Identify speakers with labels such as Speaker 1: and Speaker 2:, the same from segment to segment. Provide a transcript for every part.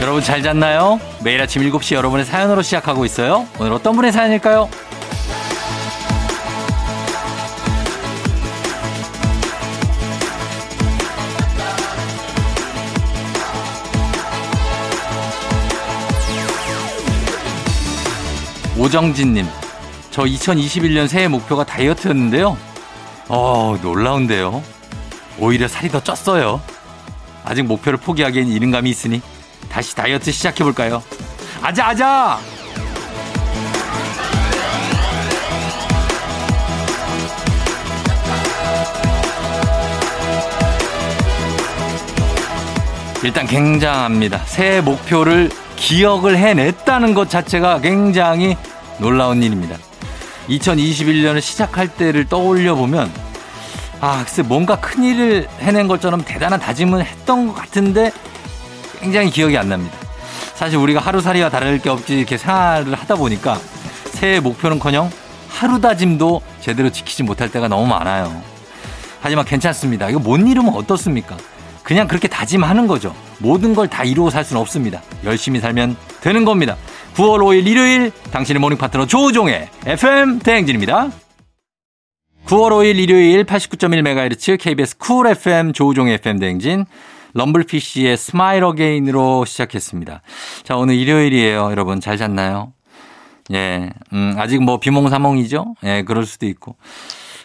Speaker 1: 여러분 잘 잤나요? 매일 아침 7시 여러분의 사연으로 시작하고 있어요. 오늘 어떤 분의 사연일까요? 5 오정진님, 저 2021년 새해 목표가 다이어트였는데요. 어, 놀라운데요. 오히려 살이 더 쪘어요. 아직 목표를 포기하기엔 이른감이 있으니 다시 다이어트 시작해볼까요? 아자, 아자! 일단 굉장합니다. 새해 목표를 기억을 해냈다는 것 자체가 굉장히 놀라운 일입니다. 2021년을 시작할 때를 떠올려 보면 아, 글쎄 뭔가 큰 일을 해낸 것처럼 대단한 다짐은 했던 것 같은데 굉장히 기억이 안 납니다. 사실 우리가 하루살이와 다를 게 없지 이렇게 생활을 하다 보니까 새해 목표는커녕 하루 다짐도 제대로 지키지 못할 때가 너무 많아요. 하지만 괜찮습니다. 이거 못 이루면 어떻습니까? 그냥 그렇게 다짐하는 거죠. 모든 걸 다 이루고 살 수는 없습니다. 열심히 살면 되는 겁니다. 9월 5일 일요일 당신의 모닝 파트너 조우종의 FM 대행진입니다. 9월 5일 일요일 89.1MHz KBS 쿨 FM 조우종의 FM 대행진 럼블피쉬의 스마일 어게인으로 시작했습니다. 자, 오늘 일요일이에요. 여러분 잘 잤나요? 예. 음, 아직 뭐 비몽사몽이죠? 예, 그럴 수도 있고.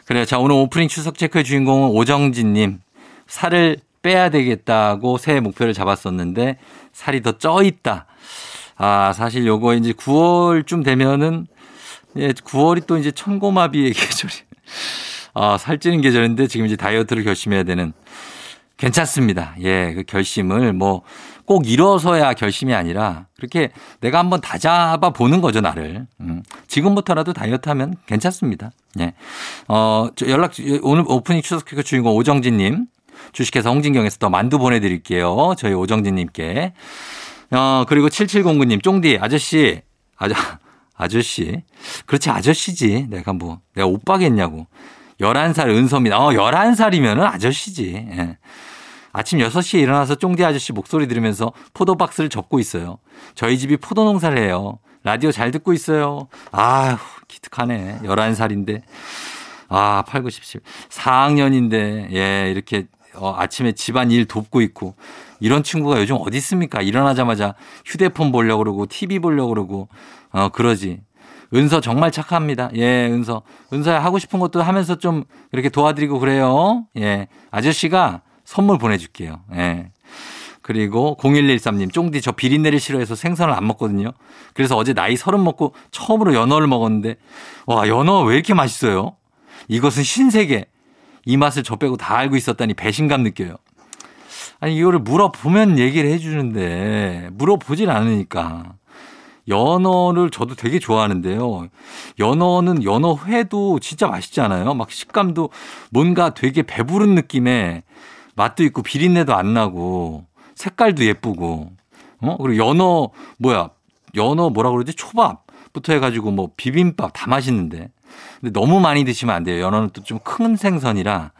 Speaker 1: 그래요. 자, 오늘 오프닝 추석 체크의 주인공은 오정진 님. 살을 빼야 되겠다고 새해 목표를 잡았었는데 살이 더 쪄 있다. 아, 사실 요거 이제 9월쯤 되면은 예, 9월이 또 이제 천고마비의 계절이. 아, 살찌는 계절인데 지금 이제 다이어트를 결심해야 되는. 괜찮습니다. 예, 그 결심을 뭐 꼭 이뤄서야 결심이 아니라 그렇게 내가 한번 다잡아 보는 거죠, 나를. 음, 지금부터라도 다이어트 하면 괜찮습니다. 예. 어, 저 연락, 오늘 오프닝 추석 퀴즈 주인공 오정진님. 주식회사 홍진경에서 더 만두 보내드릴게요. 저희 오정진님께. 어, 그리고 7709님, 쫑디, 아저씨, 아저, 아저씨. 그렇지, 아저씨지. 내가 뭐, 내가 오빠겠냐고. 11살 은섭이다. 어, 11살이면은 아저씨지. 예. 아침 6시에 일어나서 쫑디 아저씨 목소리 들으면서 포도박스를 접고 있어요. 저희 집이 포도 농사를 해요. 라디오 잘 듣고 있어요. 아휴, 기특하네. 11살인데. 아, 8, 9, 17. 4학년인데, 예, 이렇게 어, 아침에 집안 일 돕고 있고 이런 친구가 요즘 어디 있습니까? 일어나자마자 휴대폰 보려고 그러고 TV 보려고 그러고 어, 그러지. 은서 정말 착합니다. 예, 은서. 은서야 하고 싶은 것도 하면서 좀 이렇게 도와드리고 그래요. 예. 아저씨가 선물 보내줄게요. 예. 그리고 0113님, 쫑디 저 비린내를 싫어해서 생선을 안 먹거든요. 그래서 어제 나이 서른 먹고 처음으로 연어를 먹었는데, 와, 연어 왜 이렇게 맛있어요? 이것은 신세계. 이 맛을 저 빼고 다 알고 있었다니 배신감 느껴요. 아니, 이거를 물어보면 얘기를 해주는데, 물어보질 않으니까. 연어를 저도 되게 좋아하는데요. 연어는 연어회도 진짜 맛있지 않아요? 막 식감도 뭔가 되게 배부른 느낌에 맛도 있고 비린내도 안 나고 색깔도 예쁘고. 어? 그리고 연어, 뭐야, 연어 뭐라 그러지? 초밥부터 해가지고 뭐 비빔밥 다 맛있는데. 근데 너무 많이 드시면 안 돼요. 연어는 또 좀 큰 생선이라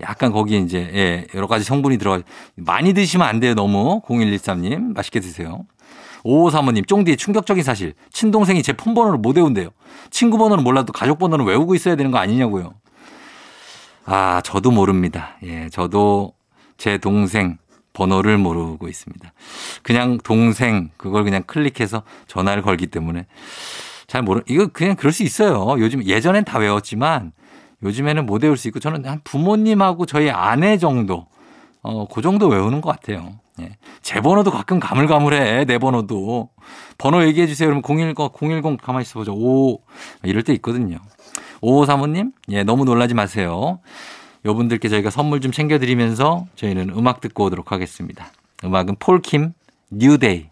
Speaker 1: 약간 거기에 이제 예, 여러 가지 성분이 들어가 많이 드시면 안 돼요. 너무 0113님 맛있게 드세요. 5535님 쫑디의 충격적인 사실 친동생이 제 폰 번호를 못 외운대요. 친구 번호는 몰라도 가족 번호는 외우고 있어야 되는 거 아니냐고요. 아 저도 모릅니다. 예 저도 제 동생 번호를 모르고 있습니다. 그냥 동생 그걸 그냥 클릭해서 전화를 걸기 때문에 잘 모르, 이거 그냥 그럴 수 있어요. 요즘, 예전엔 다 외웠지만 요즘에는 못 외울 수 있고 저는 한 부모님하고 저희 아내 정도, 어, 그 정도 외우는 것 같아요. 예. 제 번호도 가끔 가물가물해, 내 번호도. 번호 얘기해주세요. 그러면 010, 010 가만히 있어보죠. 오, 이럴 때 있거든요. 오5 사모님, 예, 너무 놀라지 마세요. 여분들께 저희가 선물 좀 챙겨드리면서 저희는 음악 듣고 오도록 하겠습니다. 음악은 폴킴, 뉴데이.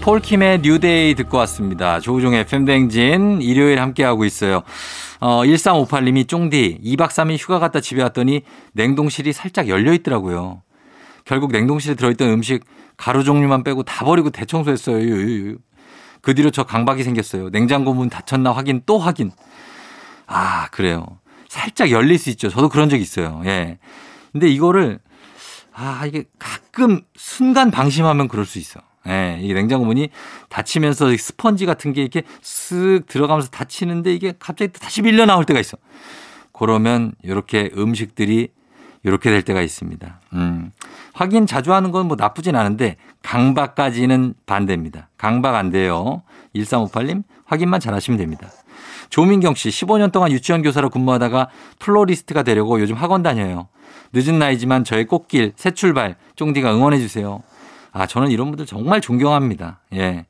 Speaker 1: 폴킴의 뉴데이 듣고 왔습니다. 조우종의 팬댕진 일요일 함께하고 있어요. 어, 1358님이 쫑디 2박 3일 휴가 갔다 집에 왔더니 냉동실이 살짝 열려 있더라고요. 결국 냉동실에 들어있던 음식 가루 종류만 빼고 다 버리고 대청소했어요. 유유유. 그 뒤로 저 강박이 생겼어요. 냉장고 문 닫혔나 확인 또 확인. 아 그래요. 살짝 열릴 수 있죠. 저도 그런 적 있어요. 예. 근데 이거를 아, 이게 가끔 순간 방심하면 그럴 수 있어. 예, 이게 냉장고 문이 닫히면서 이 스펀지 같은 게 이렇게 쓱 들어가면서 닫히는데 이게 갑자기 또 다시 밀려 나올 때가 있어. 그러면 이렇게 음식들이 이렇게 될 때가 있습니다. 음. 확인 자주 하는 건 뭐 나쁘진 않은데 강박까지는 반대입니다. 강박 안 돼요. 1358님 확인만 잘 하시면 됩니다. 조민경 씨 15년 동안 유치원 교사로 근무하다가 플로리스트가 되려고 요즘 학원 다녀요. 늦은 나이지만 저의 꽃길 새 출발 쫑디가 응원해 주세요. 아 저는 이런 분들 정말 존경합니다. 예.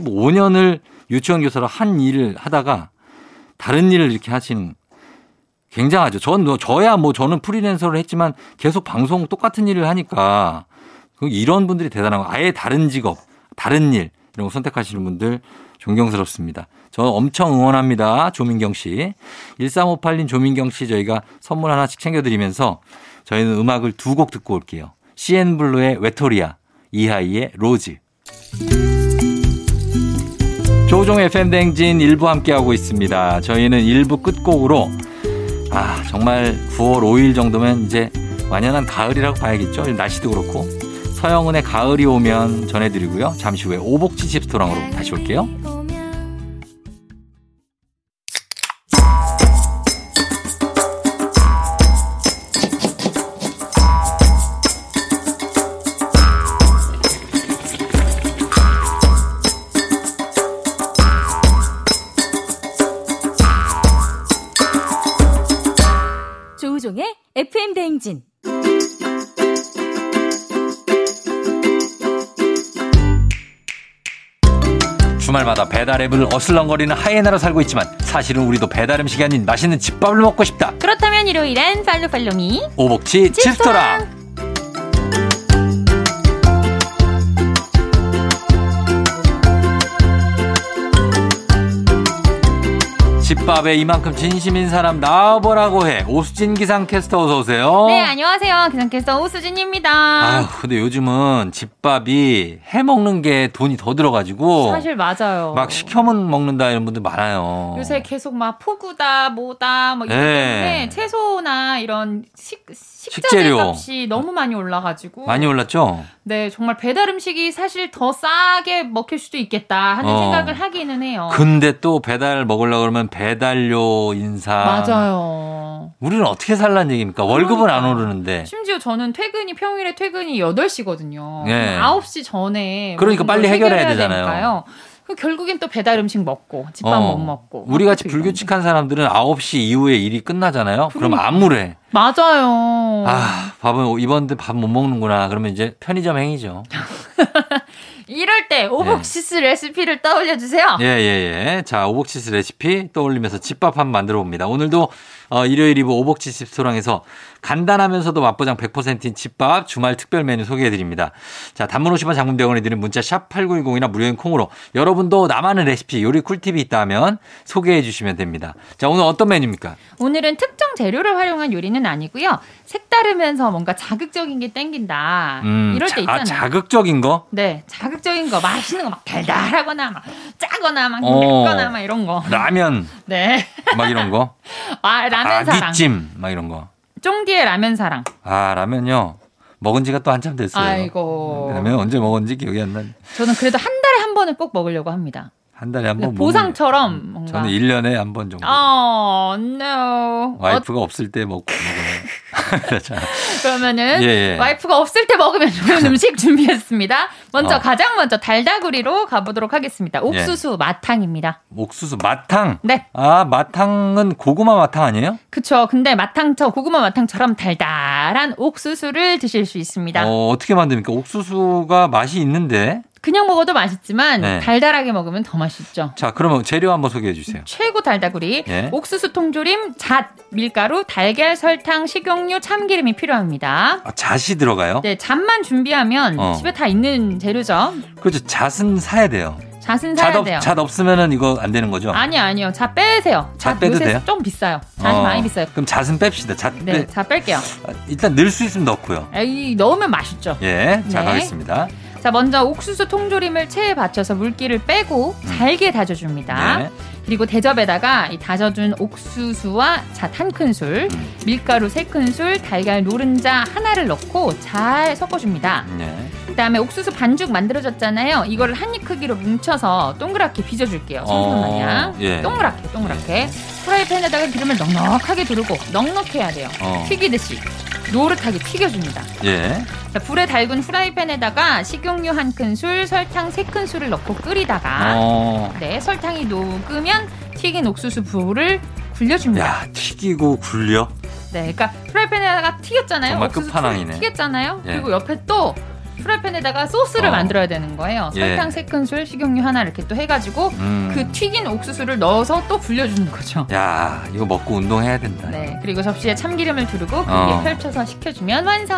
Speaker 1: 15년을 유치원 교사로 한 일을 하다가 다른 일을 이렇게 하시는 굉장하죠. 전 뭐, 저야 뭐 저는 프리랜서를 했지만 계속 방송 똑같은 일을 하니까 그 이런 분들이 대단한 거. 아예 다른 직업, 다른 일 이런 거 선택하시는 분들 존경스럽습니다. 저 엄청 응원합니다. 조민경 씨. 1358님 조민경 씨 저희가 선물 하나씩 챙겨드리면서 저희는 음악을 두 곡 듣고 올게요. CN블루의 외토리아, 이하이의 로즈. 조종의 팬댕진 일부 함께하고 있습니다. 저희는 일부 끝곡으로 아, 정말 9월 5일 정도면 이제 완연한 가을이라고 봐야겠죠. 날씨도 그렇고. 서영은의 가을이 오면 전해드리고요. 잠시 후에 오복지 집스토랑으로 다시 올게요.
Speaker 2: 조우종의 FM 대행진.
Speaker 1: 주말마다 배달앱을 어슬렁거리는 하이에나로 살고 있지만 사실은 우리도 배달음식이 아닌 맛있는 집밥을 먹고 싶다.
Speaker 2: 그렇다면 일요일엔 팔로팔로미.
Speaker 1: 오복지
Speaker 2: 집스토랑.
Speaker 1: 집스토랑. 집밥에 이만큼 진심인 사람 나와보라고 해. 오수진 기상 캐스터 어서 오세요.
Speaker 2: 네, 안녕하세요. 기상캐스터 오수진입니다.
Speaker 1: 아유, 근데 요즘은 집밥이 해 먹는 게 돈이 더 들어가지고
Speaker 3: 사실 맞아요.
Speaker 1: 막 시켜만 먹는다 이런 분들 많아요.
Speaker 3: 요새 계속 막 포구다 뭐다 막 이런
Speaker 1: 네.
Speaker 3: 데 채소나 이런 식 식자재
Speaker 1: 식재료.
Speaker 3: 값이 너무 많이 올라가지고
Speaker 1: 많이 올랐죠?
Speaker 3: 네 정말 배달 음식이 사실 더 싸게 먹힐 수도 있겠다 하는
Speaker 1: 어.
Speaker 3: 생각을 하기는 해요.
Speaker 1: 근데 또 배달 먹으려고 그러면 배달료 인상.
Speaker 3: 맞아요.
Speaker 1: 우리는 어떻게 살란 얘기입니까? 월급은 안 오르는데.
Speaker 3: 심지어 저는 퇴근이 평일에 퇴근이 8시거든요.
Speaker 1: 네.
Speaker 3: 9시 전에
Speaker 1: 그러니까
Speaker 3: 모든 걸
Speaker 1: 빨리 해결해야 되잖아요.
Speaker 3: 되니까요. 그럼 결국엔 또 배달 음식 먹고 집밥
Speaker 1: 어.
Speaker 3: 못 먹고 그렇죠,
Speaker 1: 우리 같이
Speaker 3: 이런 거.
Speaker 1: 불규칙한 사람들은 9시 이후에 일이 끝나잖아요. 그럼
Speaker 3: 그러니까.
Speaker 1: 암울해.
Speaker 3: 어. 맞아요.
Speaker 1: 아, 밥은 이번 때 밥 못 먹는구나. 그러면 이제 편의점 행위죠.
Speaker 3: 이럴 때
Speaker 1: 네.
Speaker 3: 오복시스 레시피를 떠올려 주세요.
Speaker 1: 예, 예, 예. 자, 오복치스 레시피 떠올리면서 집밥 한번 만들어 봅니다. 오늘도 어, 일요일 이브 오복치스 소랑에서 간단하면서도 맛보장 100%인 집밥 주말 특별 메뉴 소개해 드립니다. 자, 단문 50원 장문 100원이 드는 문자 샵 8910이나 무료인 콩으로 여러분도 남아는 레시피 요리 꿀팁이 있다면 소개해 주시면 됩니다. 자, 오늘 어떤 메뉴입니까?
Speaker 3: 오늘은 특정 재료를 활용한 요리는 아니고요. 색다르면서 뭔가 자극적인 게 땡긴다. 이럴 때
Speaker 1: 음, 자-
Speaker 3: 있잖아요.
Speaker 1: 자극적인 거?
Speaker 3: 네, 자극적인 거, 맛있는 거 막 달달하거나 막 짜거나 막
Speaker 1: 어.
Speaker 3: 맵거나 막 이런 거.
Speaker 1: 라면
Speaker 3: 네.
Speaker 1: 막 이런 거?
Speaker 3: 아, 라면 사랑.
Speaker 1: 아기찜 막 이런 거.
Speaker 3: 쫑디의 라면 사랑.
Speaker 1: 아, 라면요. 먹은 지가 또 한참 됐어요.
Speaker 3: 아이고.
Speaker 1: 라면 언제 먹었는지 기억이 안 나네.
Speaker 3: 저는 그래도 한 달에 한 번은 꼭 먹으려고 합니다. 그러니까
Speaker 1: 한 달에 한 번 음,
Speaker 3: 보상처럼 뭔가.
Speaker 1: 저는 1년에 한 번 정도.
Speaker 3: 어, no. 어,
Speaker 1: 와이프가 없을 때 먹고 먹어요. 자,
Speaker 3: 그러면은
Speaker 1: 예, 예.
Speaker 3: 와이프가 없을 때 먹으면 좋은 음식 준비했습니다. 먼저
Speaker 1: 어. 예.
Speaker 3: 가장 먼저 달다구리로 가보도록 하겠습니다. 옥수수 마탕입니다.
Speaker 1: 옥수수 마탕.
Speaker 3: 네,
Speaker 1: 아, 마탕은 고구마 마탕 아니에요?
Speaker 3: 그쵸. 근데 마탕처 고구마 마탕처럼 달달한 옥수수를 드실 수 있습니다.
Speaker 1: 어, 어떻게 만듭니까? 옥수수가 맛이 있는데.
Speaker 3: 그냥 먹어도 맛있지만
Speaker 1: 네.
Speaker 3: 달달하게 먹으면 더 맛있죠.
Speaker 1: 자, 그러면 재료 한번 소개해 주세요.
Speaker 3: 최고 달다구리,
Speaker 1: 예.
Speaker 3: 옥수수 통조림, 잣, 밀가루, 달걀, 설탕, 식용유, 참기름이 필요합니다.
Speaker 1: 아, 잣이 들어가요?
Speaker 3: 네, 잣만 준비하면
Speaker 1: 어.
Speaker 3: 집에 다 있는 재료죠.
Speaker 1: 그렇죠. 잣은 사야 돼요.
Speaker 3: 잣은 사야
Speaker 1: 잣, 없,
Speaker 3: 돼요.
Speaker 1: 잣 없으면은 이거 안 되는 거죠?
Speaker 3: 아니요, 아니요. 자 빼세요.
Speaker 1: 잣 빼도
Speaker 3: 요새
Speaker 1: 돼요?
Speaker 3: 좀 비싸요. 잣이
Speaker 1: 어,
Speaker 3: 많이 비싸요.
Speaker 1: 그럼 잣은 뺍시다. 잣
Speaker 3: 네,
Speaker 1: 빼,
Speaker 3: 자 뺄게요. 아,
Speaker 1: 아, 일단 넣을 수 있으면 넣고요.
Speaker 3: 에이, 넣으면 맛있죠.
Speaker 1: 예, 자
Speaker 3: 네.
Speaker 1: 가겠습니다.
Speaker 3: 자, 먼저 옥수수 통조림을 체에 받쳐서 물기를 빼고 잘게 다져줍니다.
Speaker 1: 음. 네.
Speaker 3: 그리고 대접에다가 이 다져준 옥수수와 잣 한 큰술,
Speaker 1: 음.
Speaker 3: 밀가루 세 큰술, 달걀 노른자 하나를 넣고 잘 섞어줍니다.
Speaker 1: 네.
Speaker 3: 그다음에 옥수수 반죽 만들어졌잖아요. 이거를 한 입 크기로 뭉쳐서 동그랗게 빚어줄게요.
Speaker 1: 어,
Speaker 3: 성분 마냥
Speaker 1: 예.
Speaker 3: 동그랗게 동그랗게 프라이팬에다가 기름을 넉넉하게 두르고 넉넉해야 돼요.
Speaker 1: 어.
Speaker 3: 튀기듯이 노릇하게 튀겨줍니다.
Speaker 1: 예.
Speaker 3: 자, 불에 달군 후라이팬에다가 식용유 한 큰술, 설탕 세 큰술을 넣고 끓이다가
Speaker 1: 어.
Speaker 3: 네 설탕이 녹으면 튀긴 옥수수 부를 굴려줍니다.
Speaker 1: 야, 튀기고 굴려.
Speaker 3: 네, 그러니까 프라이팬에다가 튀겼잖아요.
Speaker 1: 정말
Speaker 3: 옥수수
Speaker 1: 끝판왕이네.
Speaker 3: 튀- 튀겼잖아요.
Speaker 1: 예.
Speaker 3: 그리고 옆에 또 프라이팬에다가 소스를
Speaker 1: 어.
Speaker 3: 만들어야 되는 거예요.
Speaker 1: 예.
Speaker 3: 설탕 세 큰술, 식용유 하나 이렇게 또 해가지고
Speaker 1: 음.
Speaker 3: 그 튀긴 옥수수를 넣어서 또 굴려주는 거죠.
Speaker 1: 야, 이거 먹고 운동해야 된다.
Speaker 3: 네, 그리고 접시에 참기름을 두르고 그 위에
Speaker 1: 어.
Speaker 3: 펼쳐서 식혀주면 완성.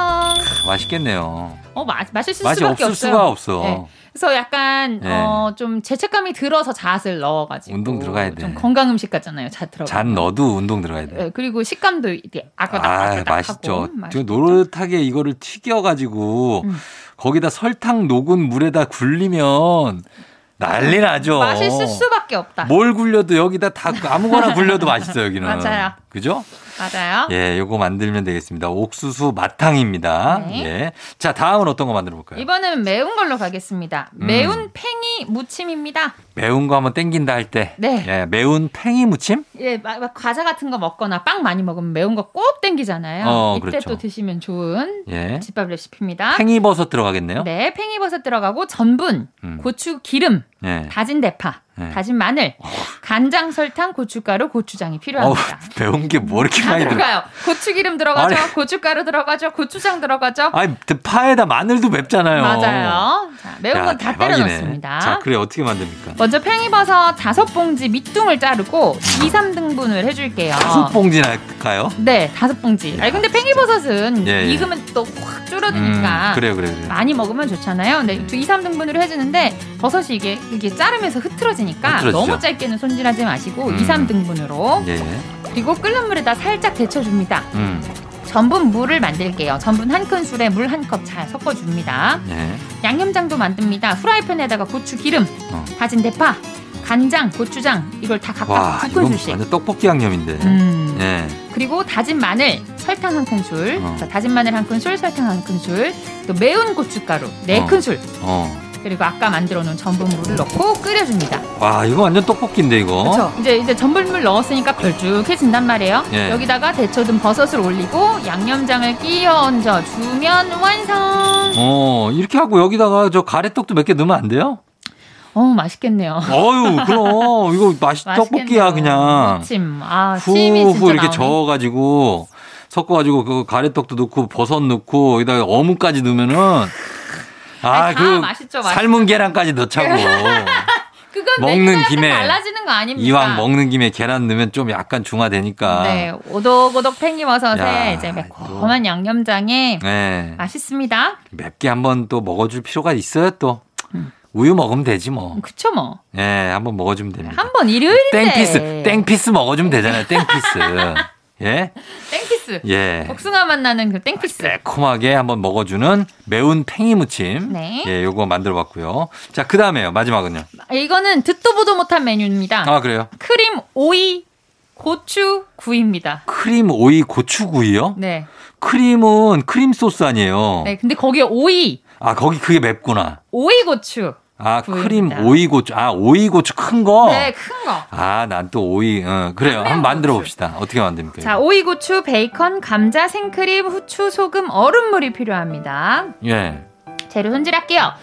Speaker 1: 맛있겠네요.
Speaker 3: 어, 마, 맛있을
Speaker 1: 맛이 없을
Speaker 3: 수밖에 없어요.
Speaker 1: 수가 없어.
Speaker 3: 네. 그래서 약간
Speaker 1: 네.
Speaker 3: 어, 좀 죄책감이 들어서 잣을 넣어가지고
Speaker 1: 운동 들어가야 돼.
Speaker 3: 좀 건강 음식 같잖아요. 잣 들어가.
Speaker 1: 잔 넣어도 운동 들어가야 돼.
Speaker 3: 예, 그리고 식감도 이게
Speaker 1: 아,
Speaker 3: 아까닥아까닥하고
Speaker 1: 맛있죠.
Speaker 3: 맛있죠.
Speaker 1: 저 노릇하게 이거를 튀겨가지고
Speaker 3: 음.
Speaker 1: 거기다 설탕 녹은 물에다 굴리면 난리 나죠.
Speaker 3: 맛있을 수밖에 없다.
Speaker 1: 뭘 굴려도 여기다 다 아무거나 굴려도 맛있어요 여기는.
Speaker 3: 맞아요.
Speaker 1: 그죠?
Speaker 3: 맞아요.
Speaker 1: 예, 요거 만들면 되겠습니다. 옥수수 마탕입니다.
Speaker 3: 네.
Speaker 1: 예. 자, 다음은 어떤 거 만들어 볼까요?
Speaker 3: 이번에는 매운 걸로 가겠습니다.
Speaker 1: 음.
Speaker 3: 매운 팽이 무침입니다.
Speaker 1: 매운 거 한번 땡긴다 할 때.
Speaker 3: 네.
Speaker 1: 예, 매운 팽이 무침?
Speaker 3: 예, 막, 막 과자 같은 거 먹거나 빵 많이 먹으면 매운 거 꼭 땡기잖아요.
Speaker 1: 어,
Speaker 3: 이때
Speaker 1: 그렇죠.
Speaker 3: 또 드시면 좋은
Speaker 1: 예.
Speaker 3: 집밥 레시피입니다.
Speaker 1: 팽이버섯 들어가겠네요.
Speaker 3: 네, 팽이버섯 들어가고 전분,
Speaker 1: 음.
Speaker 3: 고추, 기름,
Speaker 1: 예.
Speaker 3: 다진 대파,
Speaker 1: 네.
Speaker 3: 다진 마늘, 간장, 설탕, 고춧가루, 고추장이 필요합니다.
Speaker 1: 어우, 매운 게 뭐 이렇게
Speaker 3: 다
Speaker 1: 많이 들어?
Speaker 3: 들어가요. 고추기름 들어가죠.
Speaker 1: 아니.
Speaker 3: 고춧가루 들어가죠. 고추장 들어가죠.
Speaker 1: 아니, 그 파에다 마늘도 맵잖아요.
Speaker 3: 맞아요. 자, 매운
Speaker 1: 야,
Speaker 3: 건 다 때려
Speaker 1: 대박이네.
Speaker 3: 넣습니다.
Speaker 1: 자, 그래 어떻게 만듭니까?
Speaker 3: 먼저 팽이버섯 다섯 봉지 밑둥을 자르고 2, 3등분을 해줄게요.
Speaker 1: 다섯 봉지나 할까요? 음,
Speaker 3: 네, 다섯 봉지. 아니, 근데 팽이버섯은
Speaker 1: 예, 예.
Speaker 3: 익으면 또 확 줄어드니까.
Speaker 1: 음, 그래요, 그래요, 그래요.
Speaker 3: 많이 먹으면 좋잖아요. 근데 2, 3등분으로 해주는데 버섯이 이게 이게 자르면서 흐트러지니까
Speaker 1: 흐트러지죠.
Speaker 3: 너무 짧게는 손질하지 마시고
Speaker 1: 음.
Speaker 3: 2, 3등분으로
Speaker 1: 예.
Speaker 3: 그리고 끓는 물에다 살짝 데쳐줍니다.
Speaker 1: 음.
Speaker 3: 전분 물을 만들게요. 전분 한 큰술에 물 한 컵 잘 섞어줍니다.
Speaker 1: 예.
Speaker 3: 양념장도 만듭니다. 후라이팬에다가 고추 기름,
Speaker 1: 어.
Speaker 3: 다진 대파, 간장, 고추장 이걸 다
Speaker 1: 와,
Speaker 3: 각각 두
Speaker 1: 이건
Speaker 3: 큰술씩.
Speaker 1: 완전 떡볶이 양념인데.
Speaker 3: 음.
Speaker 1: 예.
Speaker 3: 그리고 다진 마늘, 설탕 한 큰술,
Speaker 1: 어.
Speaker 3: 자, 다진 마늘 한 큰술, 설탕 한 큰술, 또 매운 고춧가루 네
Speaker 1: 어.
Speaker 3: 큰술,
Speaker 1: 어.
Speaker 3: 그리고 아까 만들어 놓은 전분물을 넣고 끓여줍니다.
Speaker 1: 와, 이거 완전 떡볶이인데 이거.
Speaker 3: 그렇죠. 이제 이제 전분물 넣었으니까 걸쭉해진단 말이에요.
Speaker 1: 예.
Speaker 3: 여기다가 데쳐둔 버섯을 올리고 양념장을 끼얹어 주면 완성.
Speaker 1: 어, 이렇게 하고 여기다가 저 가래떡도 몇 개 넣으면 안 돼요?
Speaker 3: 어 맛있겠네요.
Speaker 1: 어유, 그럼 이거 맛이 떡볶이야
Speaker 3: 맛있겠네요.
Speaker 1: 그냥.
Speaker 3: 무침. 아, 침이 진짜
Speaker 1: 후후 이렇게
Speaker 3: 나오네.
Speaker 1: 저어가지고 섞어가지고 그 가래떡도 넣고 버섯 넣고 여기다가 어묵까지 넣으면은
Speaker 3: 아니, 다
Speaker 1: 아그
Speaker 3: 맛있죠, 맛있죠.
Speaker 1: 삶은 계란까지 넣자고
Speaker 3: 그건
Speaker 1: 먹는
Speaker 3: 먹는 김에
Speaker 1: 김에
Speaker 3: 달라지는 거 아닙니까?
Speaker 1: 이왕 먹는 김에 계란 넣으면 좀 약간 중화되니까.
Speaker 3: 네, 오독오독 팽이버섯에
Speaker 1: 야,
Speaker 3: 이제 매콤한 양념장에
Speaker 1: 네.
Speaker 3: 아. 맛있습니다.
Speaker 1: 맵게 한번 또 먹어줄 필요가 있어요 또.
Speaker 3: 음.
Speaker 1: 우유 먹으면 되지 뭐.
Speaker 3: 그쵸 뭐.
Speaker 1: 예, 한번 먹어주면 됩니다.
Speaker 3: 한 번 일요일인데.
Speaker 1: 땡피스, 땡피스 먹어주면 되잖아요. 땡피스. 예,
Speaker 3: 땡피스.
Speaker 1: 예.
Speaker 3: 복숭아 맛 나는 그 땡피스.
Speaker 1: 새콤하게 한번 먹어주는 매운 팽이 무침.
Speaker 3: 네.
Speaker 1: 예, 요거 만들어봤고요. 자, 그 다음에요. 마지막은요.
Speaker 3: 이거는 듣도 보도 못한 메뉴입니다.
Speaker 1: 아 그래요?
Speaker 3: 크림 오이 고추 구이입니다.
Speaker 1: 크림 오이 고추구이요?
Speaker 3: 네.
Speaker 1: 크림은 크림 소스 아니에요.
Speaker 3: 네. 근데 거기에 오이,
Speaker 1: 아 거기 그게 맵구나.
Speaker 3: 오이 고추.
Speaker 1: 아 크림
Speaker 3: 구이입니다.
Speaker 1: 오이 고추. 아 오이 고추 큰 거.
Speaker 3: 네, 큰 거.
Speaker 1: 아 난 또 오이. 어, 그래요. 한번 만들어 봅시다. 어떻게 만듭니까?
Speaker 3: 자, 오이 고추, 베이컨, 감자, 생크림, 후추, 소금, 얼음물이 필요합니다.
Speaker 1: 예.
Speaker 3: 재료 손질할게요.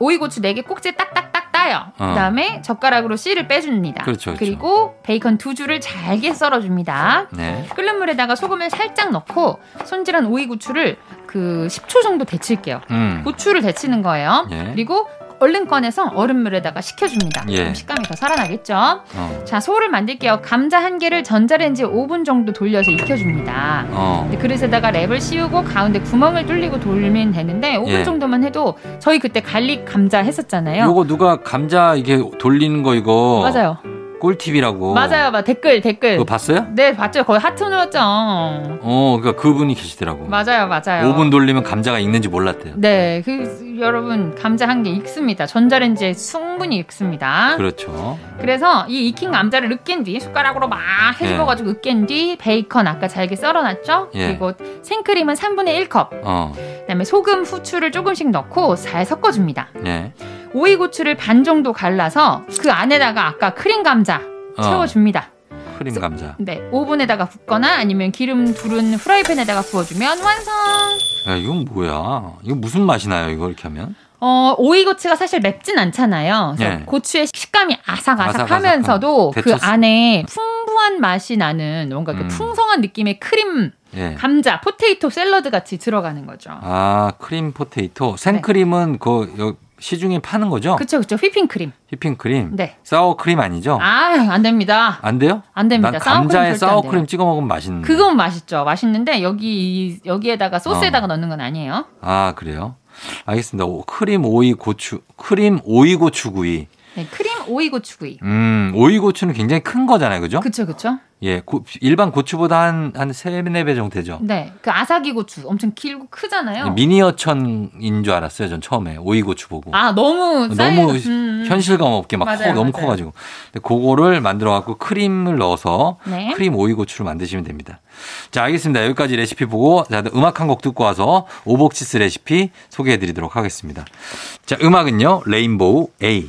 Speaker 3: 오이 고추 4개 꼭지 딱딱딱 따요.
Speaker 1: 어.
Speaker 3: 그다음에 젓가락으로 씨를 빼줍니다.
Speaker 1: 그렇죠, 그렇죠.
Speaker 3: 리고 베이컨 두 줄을 잘게 썰어줍니다.
Speaker 1: 네.
Speaker 3: 끓는 물에다가 소금을 살짝 넣고 손질한 오이 고추를 그 10초 정도 데칠게요.
Speaker 1: 음.
Speaker 3: 고추를 데치는 거예요.
Speaker 1: 예.
Speaker 3: 그리고 얼른 꺼내서 얼음물에다가 식혀줍니다.
Speaker 1: 예.
Speaker 3: 그럼 식감이 더 살아나겠죠.
Speaker 1: 어.
Speaker 3: 자, 소를 만들게요. 감자 한 개를 전자레인지에 5분 정도 돌려서 익혀줍니다.
Speaker 1: 어.
Speaker 3: 근데 그릇에다가 랩을 씌우고 가운데 구멍을 뚫리고 돌리면 되는데 5분
Speaker 1: 예.
Speaker 3: 정도만 해도 저희 그때 갈릭 감자 했었잖아요.
Speaker 1: 요거 누가 감자 이게 돌리는 거 이거
Speaker 3: 네. 맞아요.
Speaker 1: 꿀팁이라고.
Speaker 3: 맞아요, 맞 댓글 댓글.
Speaker 1: 그거 봤어요?
Speaker 3: 네 봤죠. 거의 하트 눌렀죠.
Speaker 1: 어, 그러니까 그분이 계시더라고.
Speaker 3: 맞아요, 맞아요.
Speaker 1: 5분 돌리면 감자가 익는지 몰랐대요.
Speaker 3: 네, 그 여러분 감자 한 개 익습니다. 전자레인지에 충분히 익습니다.
Speaker 1: 그렇죠.
Speaker 3: 그래서 이 익힌 감자를 으깬 뒤 숟가락으로 막 해집어가지고 으깬 뒤 베이컨 아까 잘게 썰어놨죠?
Speaker 1: 예.
Speaker 3: 그리고 생크림은 3분의 1컵,
Speaker 1: 어,
Speaker 3: 그다음에 소금, 후추를 조금씩 넣고 잘 섞어줍니다.
Speaker 1: 네.
Speaker 3: 오이고추를 반 정도 갈라서 그 안에다가 아까 크림 감자
Speaker 1: 어,
Speaker 3: 채워줍니다.
Speaker 1: 크림 감자.
Speaker 3: 네, 오븐에다가 굽거나 아니면 기름 두른 프라이팬에다가 구워주면 완성!
Speaker 1: 야, 이건 뭐야? 이거 무슨 맛이 나요? 이거 이렇게 하면?
Speaker 3: 어, 오이고추가 사실 맵진 않잖아요. 그래서
Speaker 1: 예.
Speaker 3: 고추의 식감이 아삭아삭하면서도
Speaker 1: 아삭아삭한.
Speaker 3: 그
Speaker 1: 데쳤어.
Speaker 3: 안에 풍부한 맛이 나는 뭔가 이렇게
Speaker 1: 음.
Speaker 3: 풍성한 느낌의 크림,
Speaker 1: 예.
Speaker 3: 감자, 포테이토 샐러드 같이 들어가는 거죠.
Speaker 1: 아, 크림 포테이토. 생크림은 그 여- 시중에 파는 거죠?
Speaker 3: 네. 그쵸, 그쵸. 휘핑크림.
Speaker 1: 휘핑크림.
Speaker 3: 네.
Speaker 1: 사워 크림 아니죠?
Speaker 3: 아, 안 됩니다.
Speaker 1: 안 돼요?
Speaker 3: 안 됩니다.
Speaker 1: 어. 난
Speaker 3: 사워크림
Speaker 1: 감자에
Speaker 3: 절대 안
Speaker 1: 사워
Speaker 3: 돼요.
Speaker 1: 크림 찍어 먹으면 맛있는데.
Speaker 3: 그건 맛있죠. 맛있는데 여기 이- 여기에다가 소스에다가
Speaker 1: 어.
Speaker 3: 넣는 건 아니에요.
Speaker 1: 아, 그래요? 알겠습니다. 오, 크림 오이 고추. 크림 오이 고추 구이.
Speaker 3: 네, 크림 오이 고추구이.
Speaker 1: 음, 오이 고추는 굉장히 큰 거잖아요. 그죠?
Speaker 3: 그쵸, 그쵸.
Speaker 1: 예. 고- 일반 고추보다 한 한 세네배 정도 되죠.
Speaker 3: 네, 그 아삭이 고추 엄청 길고 크잖아요.
Speaker 1: 미니어천인 줄 알았어요. 전 처음에 오이 고추 보고.
Speaker 3: 아, 너무 사이...
Speaker 1: 너무
Speaker 3: 음, 음.
Speaker 1: 현실감 없게 막
Speaker 3: 맞아요,
Speaker 1: 커, 너무
Speaker 3: 맞아요.
Speaker 1: 커가지고. 근데 그거를 만들어 갖고 크림을 넣어서
Speaker 3: 네.
Speaker 1: 크림 오이 고추를 만드시면 됩니다. 자, 알겠습니다. 여기까지 레시피 보고 자, 음악 한 곡 듣고 와서 오복치스 레시피 소개해드리도록 하겠습니다. 자, 음악은요 레인보우 A.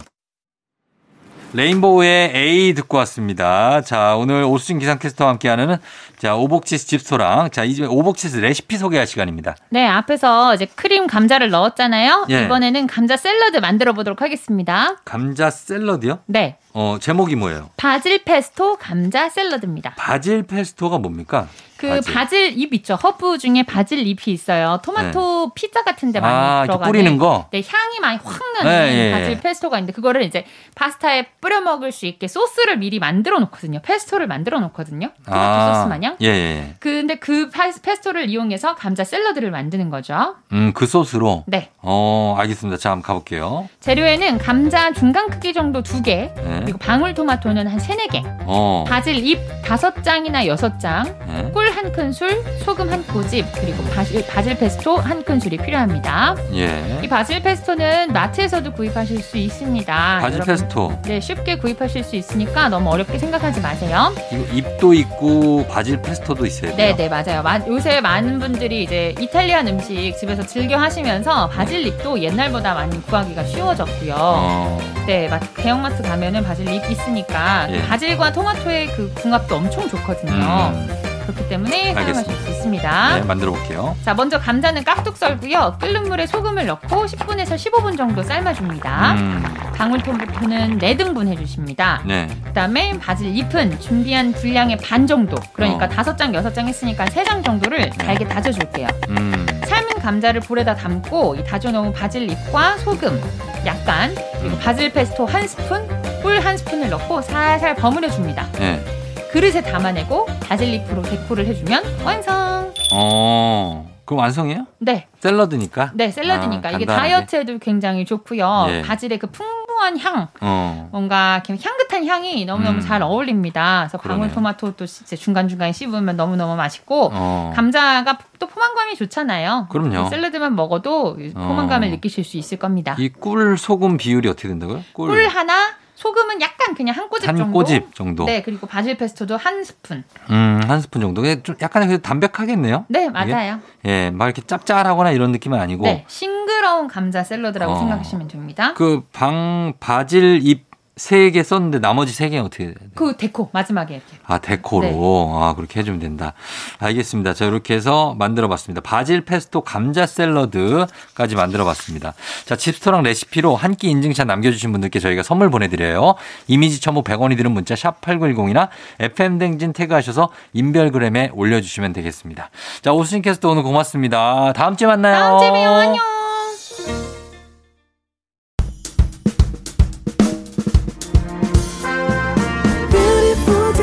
Speaker 1: 레인보우의 A 듣고 왔습니다. 자, 오늘 오수진 기상캐스터와 함께하는 자 오복치스 집소랑 자 이제 오복치스 레시피 소개할 시간입니다.
Speaker 3: 네, 앞에서 이제 크림 감자를 넣었잖아요.
Speaker 1: 예.
Speaker 3: 이번에는 감자 샐러드 만들어 보도록 하겠습니다.
Speaker 1: 감자 샐러드요?
Speaker 3: 네,
Speaker 1: 어 제목이 뭐예요?
Speaker 3: 바질 페스토 감자 샐러드입니다.
Speaker 1: 바질 페스토가 뭡니까?
Speaker 3: 그 바질. 잎 있죠. 허브 중에 바질 잎이 있어요. 토마토 피자 같은 데 많이
Speaker 1: 네. 아, 이렇게
Speaker 3: 들어가는.
Speaker 1: 뿌리는 거?
Speaker 3: 네, 향이 많이 확 나는
Speaker 1: 예, 예, 예.
Speaker 3: 바질 페스토가 있는데 그거를 이제 파스타에 뿌려 먹을 수 있게 소스를 미리 만들어 놓거든요. 페스토를 만들어 놓거든요. 토마토 소스 마냥.
Speaker 1: 예, 예.
Speaker 3: 근데 그 파- 페스토를 이용해서 감자 샐러드를 만드는 거죠.
Speaker 1: 음, 그 소스로.
Speaker 3: 네.
Speaker 1: 어, 알겠습니다. 자, 한번 가볼게요.
Speaker 3: 재료에는 감자 중간 크기 정도 두개
Speaker 1: 예.
Speaker 3: 그리고 방울토마토는 한 세네 개
Speaker 1: 어.
Speaker 3: 바질 잎 다섯 장이나 여섯 장
Speaker 1: 예.
Speaker 3: 꿀 한 큰술, 소금 한 꼬집, 그리고 바질, 바질 페스토 한 큰술이 필요합니다. 이
Speaker 1: 예.
Speaker 3: 바질 페스토는 마트에서도 구입하실 수 있습니다.
Speaker 1: 바질
Speaker 3: 여러분,
Speaker 1: 페스토.
Speaker 3: 네, 쉽게 구입하실 수 있으니까 너무 어렵게 생각하지 마세요.
Speaker 1: 이거 입도 있고 바질 페스토도 있어야 돼요.
Speaker 3: 네, 네, 맞아요. 마- 요새 많은 분들이 이제 이탈리안 음식 집에서 즐겨 하시면서 바질 잎도 옛날보다 많이 구하기가 쉬워졌고요.
Speaker 1: 어.
Speaker 3: 네, 마트- 대형마트 가면은 바질 잎 있으니까
Speaker 1: 예.
Speaker 3: 바질과 토마토의 그 궁합도 엄청 좋거든요.
Speaker 1: 음.
Speaker 3: 그렇기 때문에
Speaker 1: 알겠습니다.
Speaker 3: 사용하실 수 있습니다.
Speaker 1: 네, 만들어 볼게요.
Speaker 3: 자, 먼저 감자는 깍둑 썰고요. 끓는 물에 소금을 넣고 10분에서 15분 정도 삶아줍니다.
Speaker 1: 음.
Speaker 3: 방울토마토는 4등분 해주십니다.
Speaker 1: 네.
Speaker 3: 그다음에 바질 잎은 준비한 분량의 반 정도, 그러니까
Speaker 1: 어. 네.
Speaker 3: 다섯 장 여섯 장 했으니까 세 장 정도를 잘게 다져줄게요.
Speaker 1: 음.
Speaker 3: 삶은 감자를 볼에다 담고 이 다져놓은 바질 잎과 소금, 약간 그리고
Speaker 1: 음.
Speaker 3: 바질 페스토 한 스푼, 꿀 한 스푼을 넣고 살살 버무려줍니다.
Speaker 1: 네.
Speaker 3: 그릇에 담아내고 바질 잎으로 데코를 해주면 완성.
Speaker 1: 어. 그럼 완성이에요?
Speaker 3: 네,
Speaker 1: 샐러드니까.
Speaker 3: 네 샐러드니까
Speaker 1: 아,
Speaker 3: 이게
Speaker 1: 간단하게.
Speaker 3: 다이어트에도 굉장히 좋고요.
Speaker 1: 예.
Speaker 3: 바질의 그 풍부한 향,
Speaker 1: 어.
Speaker 3: 뭔가 이렇게 향긋한 향이 너무너무
Speaker 1: 음.
Speaker 3: 잘 어울립니다. 그래서
Speaker 1: 그러네요.
Speaker 3: 방울토마토도 진짜 중간중간에 씹으면 너무너무 맛있고
Speaker 1: 어.
Speaker 3: 감자가 또 포만감이 좋잖아요.
Speaker 1: 그럼요.
Speaker 3: 샐러드만 먹어도 포만감을
Speaker 1: 어.
Speaker 3: 느끼실 수 있을 겁니다.
Speaker 1: 이 꿀 소금 비율이 어떻게 된다고요? 꿀.
Speaker 3: 꿀 하나, 소금은 약간 그냥 한 꼬집
Speaker 1: 한
Speaker 3: 정도.
Speaker 1: 꼬집 정도.
Speaker 3: 네, 그리고 바질 페스토도 한 스푼.
Speaker 1: 음, 한 스푼 정도. 그게 좀 약간 그래도 담백하겠네요.
Speaker 3: 네, 맞아요.
Speaker 1: 예, 막 이렇게 짭짤하거나 이런 느낌은 아니고
Speaker 3: 네, 싱그러운 감자 샐러드라고
Speaker 1: 어.
Speaker 3: 생각하시면 됩니다. 그,
Speaker 1: 뭐. 그 방 바질 잎 세 개 썼는데 나머지 세 개는 어떻게 해야 돼요?
Speaker 3: 그 데코 마지막에 이렇게.
Speaker 1: 아, 데코로.
Speaker 3: 네.
Speaker 1: 아, 그렇게 해주면 된다. 알겠습니다. 자, 이렇게 해서 만들어 봤습니다. 바질 페스토 감자 샐러드까지 만들어 봤습니다. 자, 칩스토랑 레시피로 한 끼 인증샷 남겨주신 분들께 저희가 선물 보내드려요. 이미지 첨부 100원이 드는 문자 샵8910이나 FM댕진 태그하셔서 인별그램에 올려주시면 되겠습니다. 자, 오수진 캐스터 오늘 고맙습니다. 다음주에 만나요.
Speaker 3: 다음 주에 봬요. 안녕.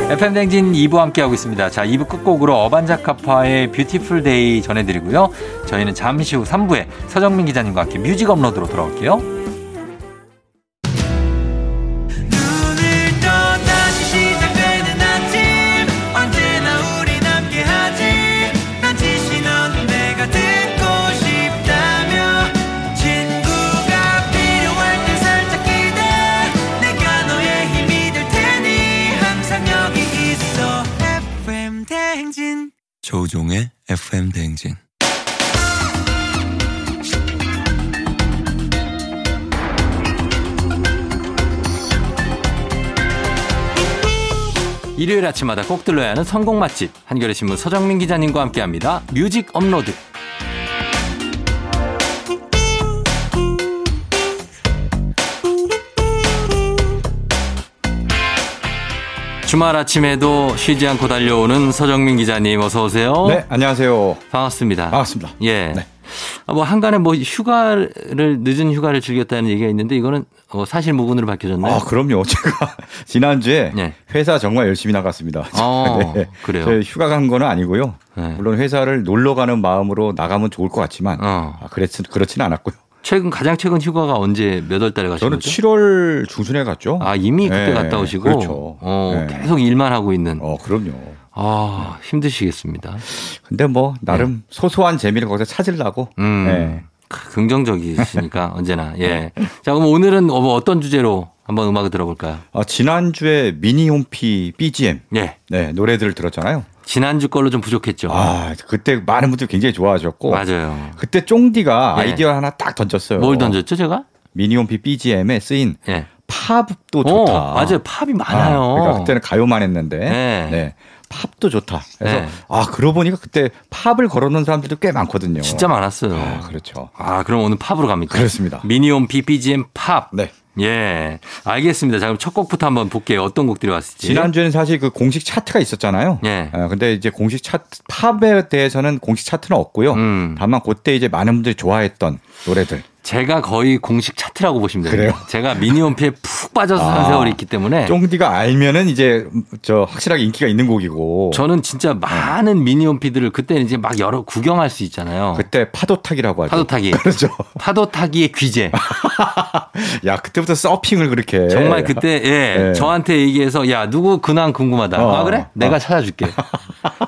Speaker 1: FM 댕진 2부 함께하고 있습니다. 자, 2부 끝곡으로 어반자카파의 뷰티풀 데이 전해드리고요. 저희는 잠시 후 3부에 서정민 기자님과 함께 뮤직 업로드로 돌아올게요.
Speaker 4: 눈을 떠 다시 조우종의 FM 대행진.
Speaker 1: 일요일 아침마다 꼭 들러야 하는 성공 맛집 한겨레 신문 서정민 기자님과 함께합니다. 뮤직 업로드. 주말 아침에도 쉬지 않고 달려오는 서정민 기자님 어서 오세요.
Speaker 5: 네, 안녕하세요.
Speaker 1: 반갑습니다.
Speaker 5: 반갑습니다.
Speaker 1: 예.
Speaker 5: 네.
Speaker 1: 아, 뭐 한간에 뭐 휴가를 늦은 휴가를 즐겼다는 얘기가 있는데 이거는 어, 사실 무근으로 밝혀졌나요?
Speaker 5: 아, 그럼요. 제가 지난주에
Speaker 1: 네.
Speaker 5: 회사 정말 열심히 나갔습니다. 네.
Speaker 1: 어, 그래요?
Speaker 5: 저희 휴가 간 거는 아니고요.
Speaker 1: 네.
Speaker 5: 물론 회사를 놀러 가는 마음으로 나가면 좋을 것 같지만
Speaker 1: 어.
Speaker 5: 아, 그랬, 그렇진 않았고요.
Speaker 1: 최근 가장 최근 휴가가 언제 몇 월 달에 가신
Speaker 5: 저는
Speaker 1: 거죠?
Speaker 5: 7월 중순에 갔죠.
Speaker 1: 아 이미 그때
Speaker 5: 네,
Speaker 1: 갔다 오시고
Speaker 5: 그렇죠.
Speaker 1: 어,
Speaker 5: 네.
Speaker 1: 계속 일만 하고 있는
Speaker 5: 어, 그럼요.
Speaker 1: 아 힘드시겠습니다.
Speaker 5: 근데 뭐
Speaker 1: 네.
Speaker 5: 나름 소소한 재미를 거기서 찾으려고
Speaker 1: 음
Speaker 5: 네.
Speaker 1: 크, 긍정적이시니까 언제나 예. 자 그럼 오늘은 어, 뭐 어떤 주제로 한번 음악을 들어볼까요?
Speaker 5: 아, 지난주에 미니홈피 BGM
Speaker 1: 예
Speaker 5: 네, 노래들을 들었잖아요.
Speaker 1: 지난주 걸로 좀 부족했죠.
Speaker 5: 아, 그때 많은 분들이 굉장히 좋아하셨고
Speaker 1: 어. 맞아요.
Speaker 5: 그때 쫑디가
Speaker 1: 예.
Speaker 5: 아이디어 하나 딱 던졌어요.
Speaker 1: 뭘 던졌죠 제가?
Speaker 5: 미니홈피 BGM에 쓰인
Speaker 1: 예.
Speaker 5: 팝도
Speaker 1: 어,
Speaker 5: 좋다.
Speaker 1: 맞아요. 팝이
Speaker 5: 아,
Speaker 1: 많아요.
Speaker 5: 그러니까 그때는 가요만 했는데
Speaker 1: 네.
Speaker 5: 네, 팝도 좋다. 그래서
Speaker 1: 네.
Speaker 5: 아 그러고 보니까 그때 팝을 걸어놓은 사람들도 꽤 많거든요.
Speaker 1: 진짜 많았어요.
Speaker 5: 아, 그렇죠.
Speaker 1: 아, 그럼 오늘 팝으로 갑니까?
Speaker 5: 그렇습니다.
Speaker 1: 미니홈 BBGM 팝.
Speaker 5: 네.
Speaker 1: 예. 알겠습니다. 자, 그럼 첫 곡부터 한번 볼게요. 어떤 곡들이 왔을지.
Speaker 5: 지난주에는 사실 그 공식 차트가 있었잖아요.
Speaker 1: 예.
Speaker 5: 아, 근데 이제 공식 차트, 팝에 대해서는 공식 차트는 없고요.
Speaker 1: 음.
Speaker 5: 다만 그때 이제 많은 분들이 좋아했던 노래들.
Speaker 1: 제가 거의 공식 차트라고 보시면 됩니다.
Speaker 5: 그래요?
Speaker 1: 제가 미니홈피에 푹 빠져서 산
Speaker 5: 아.
Speaker 1: 세월이 있기 때문에
Speaker 5: 쫑디가 알면은 이제 저 확실하게 인기가 있는 곡이고.
Speaker 1: 저는 진짜
Speaker 5: 네.
Speaker 1: 많은 미니홈피들을 그때는 이제 막 여러 구경할 수 있잖아요.
Speaker 5: 그때 파도타기라고 하죠.
Speaker 1: 파도 타기.
Speaker 5: 그렇죠.
Speaker 1: 파도 타기의 귀재.
Speaker 5: 아, 야, 그때부터 서핑을 그렇게.
Speaker 1: 정말 그때 예,
Speaker 5: 예.
Speaker 1: 저한테 얘기해서 야 누구 근황 궁금하다.
Speaker 5: 어.
Speaker 1: 아 그래? 내가 찾아줄게.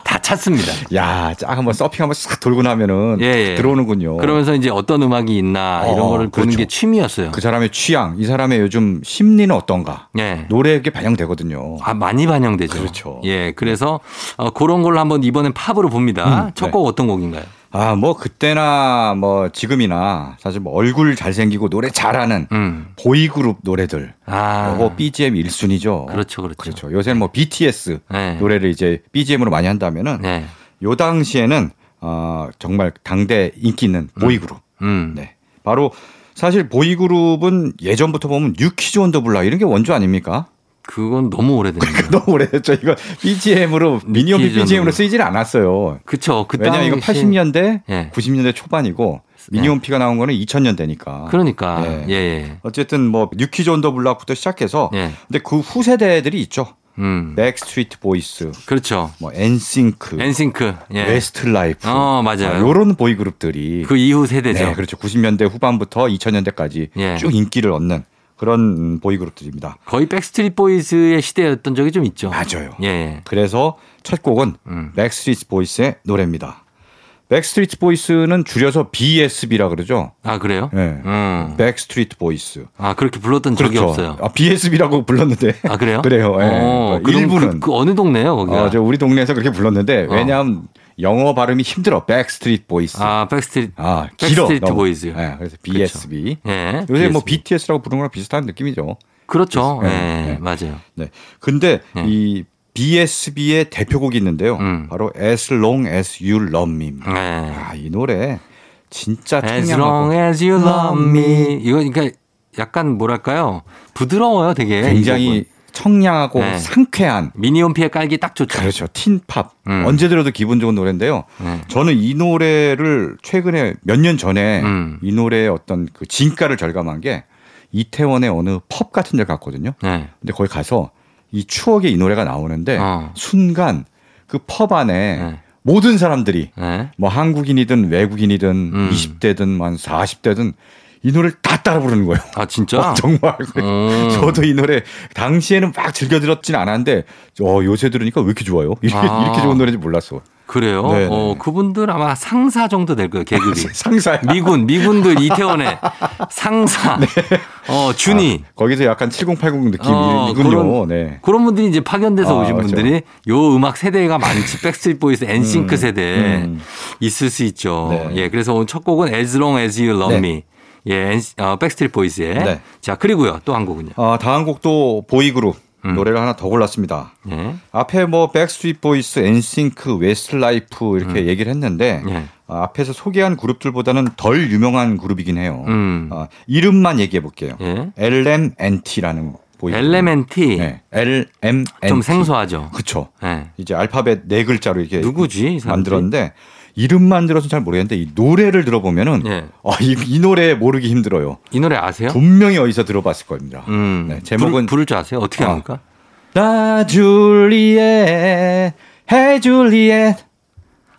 Speaker 1: 다 찾습니다.
Speaker 5: 야, 쫙 한번 서핑 한번 싹 돌고 나면은
Speaker 1: 예, 예.
Speaker 5: 들어오는군요.
Speaker 1: 그러면서 이제 어떤 음악이 있나 이런
Speaker 5: 어,
Speaker 1: 거를 보는
Speaker 5: 그렇죠.
Speaker 1: 게 취미였어요.
Speaker 5: 그 사람의 취향, 이 사람의 요즘 심리는 어떤가?
Speaker 1: 예.
Speaker 5: 노래에 그게 반영되거든요.
Speaker 1: 아, 많이 반영되죠.
Speaker 5: 그렇죠.
Speaker 1: 예, 그래서 어, 그런 걸로 한번 이번엔 팝으로 봅니다.
Speaker 5: 음,
Speaker 1: 첫
Speaker 5: 네.
Speaker 1: 곡 어떤 곡인가요?
Speaker 5: 아, 뭐 그때나 뭐 지금이나 사실 뭐 얼굴 잘생기고 노래 잘하는
Speaker 1: 음.
Speaker 5: 보이그룹 노래들.
Speaker 1: 아.
Speaker 5: 그거 BGM 1순위죠.
Speaker 1: 그렇죠, 그렇죠.
Speaker 5: 요새는 뭐 BTS
Speaker 1: 네.
Speaker 5: 노래를 이제 BGM으로 많이 한다면은
Speaker 1: 네.
Speaker 5: 요 당시에는 어, 정말 당대 인기 있는 보이그룹.
Speaker 1: 음.
Speaker 5: 네. 바로 사실 보이그룹은 예전부터 보면 뉴키즈 온 더 블락 이런 게 원조 아닙니까?
Speaker 1: 그건 너무 오래됐네요.
Speaker 5: 너무 오래됐죠. 이거 BGM으로
Speaker 1: 뉴키즈
Speaker 5: 미니홈피
Speaker 1: 온 더
Speaker 5: BGM으로
Speaker 1: 블락.
Speaker 5: 쓰이질 않았어요.
Speaker 1: 그쵸. 그
Speaker 5: 왜냐 이거
Speaker 1: 당시-
Speaker 5: 80년대,
Speaker 1: 예.
Speaker 5: 90년대 초반이고
Speaker 1: 네.
Speaker 5: 미니홈피가 나온 거는 2000년대니까.
Speaker 1: 그러니까.
Speaker 5: 예.
Speaker 1: 예, 예.
Speaker 5: 어쨌든 뭐 뉴키즈 온 더 블락부터 시작해서
Speaker 1: 예.
Speaker 5: 근데 그 후세대들이 있죠.
Speaker 1: 음.
Speaker 5: 네. 맥스트리트 보이스,
Speaker 1: 그렇죠.
Speaker 5: 뭐 엔싱크,
Speaker 1: 엔싱크. 예.
Speaker 5: 웨스트 라이프.
Speaker 1: 어, 맞아요.
Speaker 5: 요런 보이 그룹들이
Speaker 1: 그 이후 세대죠.
Speaker 5: 네, 그렇죠. 90년대 후반부터 2000년대까지
Speaker 1: 예.
Speaker 5: 쭉 인기를 얻는 그런 보이 그룹들입니다.
Speaker 1: 거의 백스트리트 보이즈의 시대였던 적이 좀 있죠.
Speaker 5: 맞아요.
Speaker 1: 예, 예.
Speaker 5: 그래서 첫 곡은
Speaker 1: 음.
Speaker 5: 맥스트리트 보이스의 노래입니다. 맥스트리트 보이스는 줄여서 BSB라 그러죠.
Speaker 1: 아, 그래요?
Speaker 5: 예.
Speaker 1: 음.
Speaker 5: 맥스트리트 보이스.
Speaker 1: 아, 그렇게 불렀던 적이 없어요.
Speaker 5: 아, BSB라고 불렀는데.
Speaker 1: 아 그래요?
Speaker 5: 그래요. 예.
Speaker 1: 어,
Speaker 5: 어,
Speaker 1: 그럼 그,
Speaker 5: 일부는
Speaker 1: 그 어느 동네요 거기가?
Speaker 5: 어, 저 우리 동네에서 그렇게 불렀는데
Speaker 1: 어.
Speaker 5: 왜냐하면 영어 발음이 힘들어. 백스트리트 보이스.
Speaker 1: 아 백스트리트
Speaker 5: 아, 길어.
Speaker 1: 백스트리트
Speaker 5: 너무.
Speaker 1: 보이즈.
Speaker 5: 예, 그래서 BSB.
Speaker 1: 예.
Speaker 5: 요새 뭐
Speaker 1: BSB.
Speaker 5: BTS라고 부르는 거랑 비슷한 느낌이죠.
Speaker 1: 그렇죠. 예,
Speaker 5: 예, 예.
Speaker 1: 맞아요.
Speaker 5: 네. 근데
Speaker 1: 네.
Speaker 5: 이 BSB의 대표곡이 있는데요.
Speaker 1: 음.
Speaker 5: 바로 As Long As You Love Me입니다.
Speaker 1: 예.
Speaker 5: 아, 이 노래 진짜
Speaker 1: As
Speaker 5: 청량하고
Speaker 1: long as you love me. 이거 그러니까 약간 뭐랄까요? 부드러워요, 되게. 이
Speaker 5: 굉장히
Speaker 1: 곡은.
Speaker 5: 청량하고
Speaker 1: 뭐 네.
Speaker 5: 상쾌한
Speaker 1: 미니홈피에 깔기 딱 좋죠.
Speaker 5: 그렇죠. 틴팝.
Speaker 1: 음.
Speaker 5: 언제 들어도 기분 좋은 노래인데요.
Speaker 1: 예.
Speaker 5: 저는 이 노래를 최근에 몇 년 전에
Speaker 1: 음.
Speaker 5: 이 노래의 어떤 그 진가를 절감한 게 이태원의 어느 펍 같은 데 갔거든요.
Speaker 1: 예.
Speaker 5: 근데 거기 가서 이 추억의 이 노래가 나오는데
Speaker 1: 어.
Speaker 5: 순간 그 펍 안에
Speaker 1: 네.
Speaker 5: 모든 사람들이
Speaker 1: 예.
Speaker 5: 뭐 한국인이든 외국인이든
Speaker 1: 음.
Speaker 5: 20대든 만 40대든 이 노래를 다 따라 부르는 거예요.
Speaker 1: 아 진짜?
Speaker 5: 어, 정말.
Speaker 1: 음.
Speaker 5: 저도 이 노래 당시에는 막 즐겨 들었진 않았는데 어, 요새 들으니까 왜 이렇게 좋아요? 이렇게,
Speaker 1: 아.
Speaker 5: 이렇게 좋은 노래인지 몰랐어.
Speaker 1: 그래요?
Speaker 5: 네네.
Speaker 1: 어, 그분들 아마 상사 정도 될 거예요, 계급이.
Speaker 5: 상사야.
Speaker 1: 미군, 미군들 이태원에 상사,
Speaker 5: 네.
Speaker 1: 어, 준이.
Speaker 5: 거기서 약간 7080 느낌이군요.
Speaker 1: 어, 그런-
Speaker 5: 네.
Speaker 1: 그런 분들이 이제 파견돼서
Speaker 5: 아,
Speaker 1: 오신
Speaker 5: 그렇죠.
Speaker 1: 분들이 요 음악 세대가 많지. 백스트리트 보이스, 엔싱크
Speaker 5: 음,
Speaker 1: 세대
Speaker 5: 음.
Speaker 1: 있을 수 있죠.
Speaker 5: 네.
Speaker 1: 예, 그래서 오늘 첫 곡은 As Long As You Love
Speaker 5: 네.
Speaker 1: Me. 예, 엔- 어, 백스트리트 보이스의.
Speaker 5: 네.
Speaker 1: 자, 그리고요. 또 한 곡은요.
Speaker 5: 아, 다음 곡도 보이그룹
Speaker 1: 음.
Speaker 5: 노래를 하나 더 골랐습니다.
Speaker 1: 예.
Speaker 5: 앞에 뭐 백스트리트 보이스, 엔싱크, 웨스트라이프 이렇게 얘기를 했는데
Speaker 1: 음. 예.
Speaker 5: 아, 앞에서 소개한 그룹들보다는 덜 유명한 그룹이긴 해요.
Speaker 1: 음.
Speaker 5: 아, 이름만 얘기해 볼게요.
Speaker 1: 예.
Speaker 5: LMNT라는 보이그룹.
Speaker 1: 엘레멘티.
Speaker 5: 네. LMNT.
Speaker 1: 좀 생소하죠.
Speaker 5: 그렇죠.
Speaker 1: 예.
Speaker 5: 이제 알파벳 네 글자로 이렇게
Speaker 1: 누구지? 이 사람들이?
Speaker 5: 만들었는데 이름만 들어서는 잘 모르겠는데 이 노래를 들어보면은
Speaker 1: 예.
Speaker 5: 아, 이, 이 노래 모르기 힘들어요.
Speaker 1: 이 노래 아세요?
Speaker 5: 분명히 어디서 들어봤을 겁니다.
Speaker 1: 음.
Speaker 5: 네, 제목은
Speaker 1: 부를, 부를 줄 아세요? 어떻게
Speaker 5: 아.
Speaker 1: 합니까?
Speaker 5: 나 줄리엣 해 줄리엣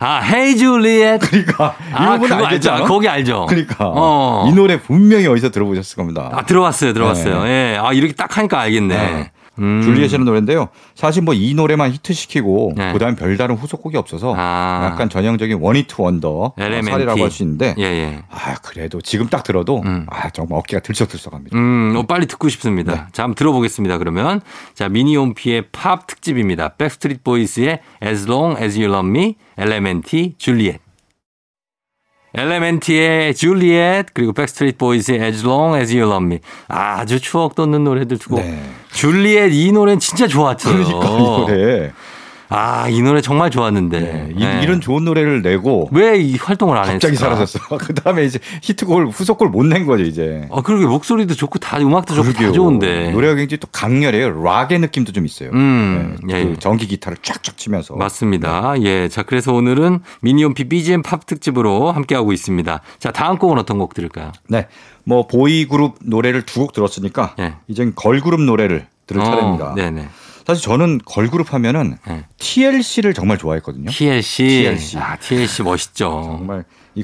Speaker 1: 아, 헤이 줄리엣.
Speaker 5: 그러니까
Speaker 1: 아,
Speaker 5: 이 부분
Speaker 1: 그거 알죠.
Speaker 5: 알겠잖아.
Speaker 1: 거기 알죠.
Speaker 5: 그러니까
Speaker 1: 어.
Speaker 5: 이 노래 분명히 어디서 들어보셨을 겁니다.
Speaker 1: 아, 들어봤어요. 들어봤어요. 예. 아, 이렇게 딱 하니까 알겠네.
Speaker 5: 네.
Speaker 1: 음.
Speaker 5: 줄리엣이라는 노래인데요. 사실 뭐 이 노래만 히트시키고
Speaker 1: 네.
Speaker 5: 그다음 별다른 후속곡이 없어서
Speaker 1: 아.
Speaker 5: 약간 전형적인 원히트 원더
Speaker 1: LMNT.
Speaker 5: 사례라고 할 수 있는데
Speaker 1: 예, 예.
Speaker 5: 아 그래도 지금 딱 들어도
Speaker 1: 음.
Speaker 5: 아 정말 어깨가 들썩들썩합니다.
Speaker 1: 음, 어, 빨리 듣고
Speaker 5: 네.
Speaker 1: 싶습니다. 자, 한번 들어보겠습니다. 그러면. 자, 미니홈피의 팝 특집입니다. 백스트리트 보이스의 As Long As You Love Me, 엘레멘티, 줄리엣. 엘레멘티의 줄리엣, 그리고 백스트리트 보이스의 As Long As You Love Me. 아주 추억 돋는 노래들 두고.
Speaker 5: 네.
Speaker 1: 줄리엣 이 노래는 진짜 좋았어요.
Speaker 5: 그러니까 이 노래
Speaker 1: 아, 이 노래 정말 좋았는데.
Speaker 5: 네. 이,
Speaker 1: 네.
Speaker 5: 이런 좋은 노래를 내고
Speaker 1: 왜 이 활동을 안 했을까?
Speaker 5: 갑자기 사라졌어. 그 다음에 이제 히트곡을 후속곡을 못 낸 거죠 이제.
Speaker 1: 아, 그러게 목소리도 좋고 다 음악도 좋고 다
Speaker 5: 그러게요.
Speaker 1: 좋은데.
Speaker 5: 노래가 굉장히 또 강렬해요. 락의 느낌도 좀 있어요.
Speaker 1: 음,
Speaker 5: 네,
Speaker 1: 예,
Speaker 5: 그
Speaker 1: 예.
Speaker 5: 전기 기타를 쫙쫙 치면서.
Speaker 1: 맞습니다. 예. 자, 그래서 오늘은 미니홈피 BGM 팝 특집으로 함께하고 있습니다. 자, 다음 곡은 어떤 곡 들을까요?
Speaker 5: 네, 뭐 보이 그룹 노래를 두 곡 들었으니까
Speaker 1: 예.
Speaker 5: 이젠 걸 그룹 노래를 들을 차례입니다.
Speaker 1: 어, 네네.
Speaker 5: 사실 저는 걸 그룹 하면은
Speaker 1: 네.
Speaker 5: TLC를 정말 좋아했거든요.
Speaker 1: TLC.
Speaker 5: TLC.
Speaker 1: 아, TLC 멋있죠.
Speaker 5: 정말 이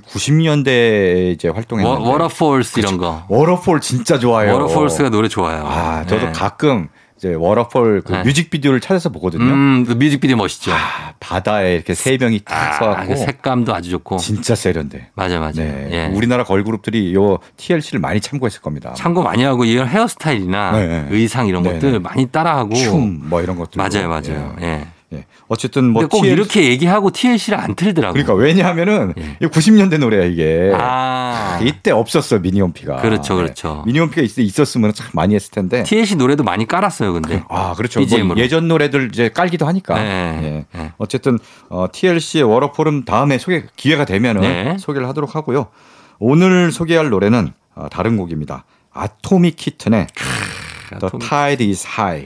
Speaker 5: 90년대에 이제 활동했는데
Speaker 1: 워터폴스 이런 거.
Speaker 5: 워터폴 진짜 좋아해요.
Speaker 1: 워터폴스가 노래 좋아요.
Speaker 5: 아, 저도
Speaker 1: 네.
Speaker 5: 가끔 이제 워터폴 그
Speaker 1: 네.
Speaker 5: 뮤직비디오를 찾아서 보거든요.
Speaker 1: 음, 그 뮤직비디오 멋있죠.
Speaker 5: 아, 바다에 이렇게 세 명이 딱
Speaker 1: 아, 그
Speaker 5: 서갖고
Speaker 1: 색감도 아주 좋고.
Speaker 5: 진짜 세련돼.
Speaker 1: 맞아, 맞아.
Speaker 5: 네,
Speaker 1: 예.
Speaker 5: 우리나라 걸 그룹들이 요 TLC를 많이 참고했을 겁니다.
Speaker 1: 참고 많이 하고 이런 헤어스타일이나
Speaker 5: 네, 네.
Speaker 1: 의상 이런
Speaker 5: 네, 네.
Speaker 1: 것들 많이 따라하고
Speaker 5: 춤 뭐 이런 것들.
Speaker 1: 맞아요, 맞아요. 예.
Speaker 5: 예. 예. 어쨌든 뭐
Speaker 1: 근데 꼭
Speaker 5: TLC
Speaker 1: 이렇게 얘기하고 TLC를 안 틀더라고.
Speaker 5: 그러니까 왜냐하면은
Speaker 1: 예.
Speaker 5: 이 90년대 노래야 이게.
Speaker 1: 아.
Speaker 5: 이때 없었어 미니홈피가.
Speaker 1: 그렇죠,
Speaker 5: 네.
Speaker 1: 그렇죠.
Speaker 5: 미니홈피가 있- 있었으면 참 많이 했을 텐데.
Speaker 1: TLC 노래도 많이 깔았어요, 근데.
Speaker 5: 아, 그렇죠. 뭐
Speaker 1: BGM 으로.
Speaker 5: 예전 노래들 이제 깔기도 하니까.
Speaker 1: 네,
Speaker 5: 예.
Speaker 1: 네.
Speaker 5: 어쨌든 어, TLC의 워터포럼 다음에 소개 기회가 되면은
Speaker 1: 네.
Speaker 5: 소개를 하도록 하고요. 오늘 소개할 노래는 어, 다른 곡입니다. 아토믹 키튼의 The Tide is High.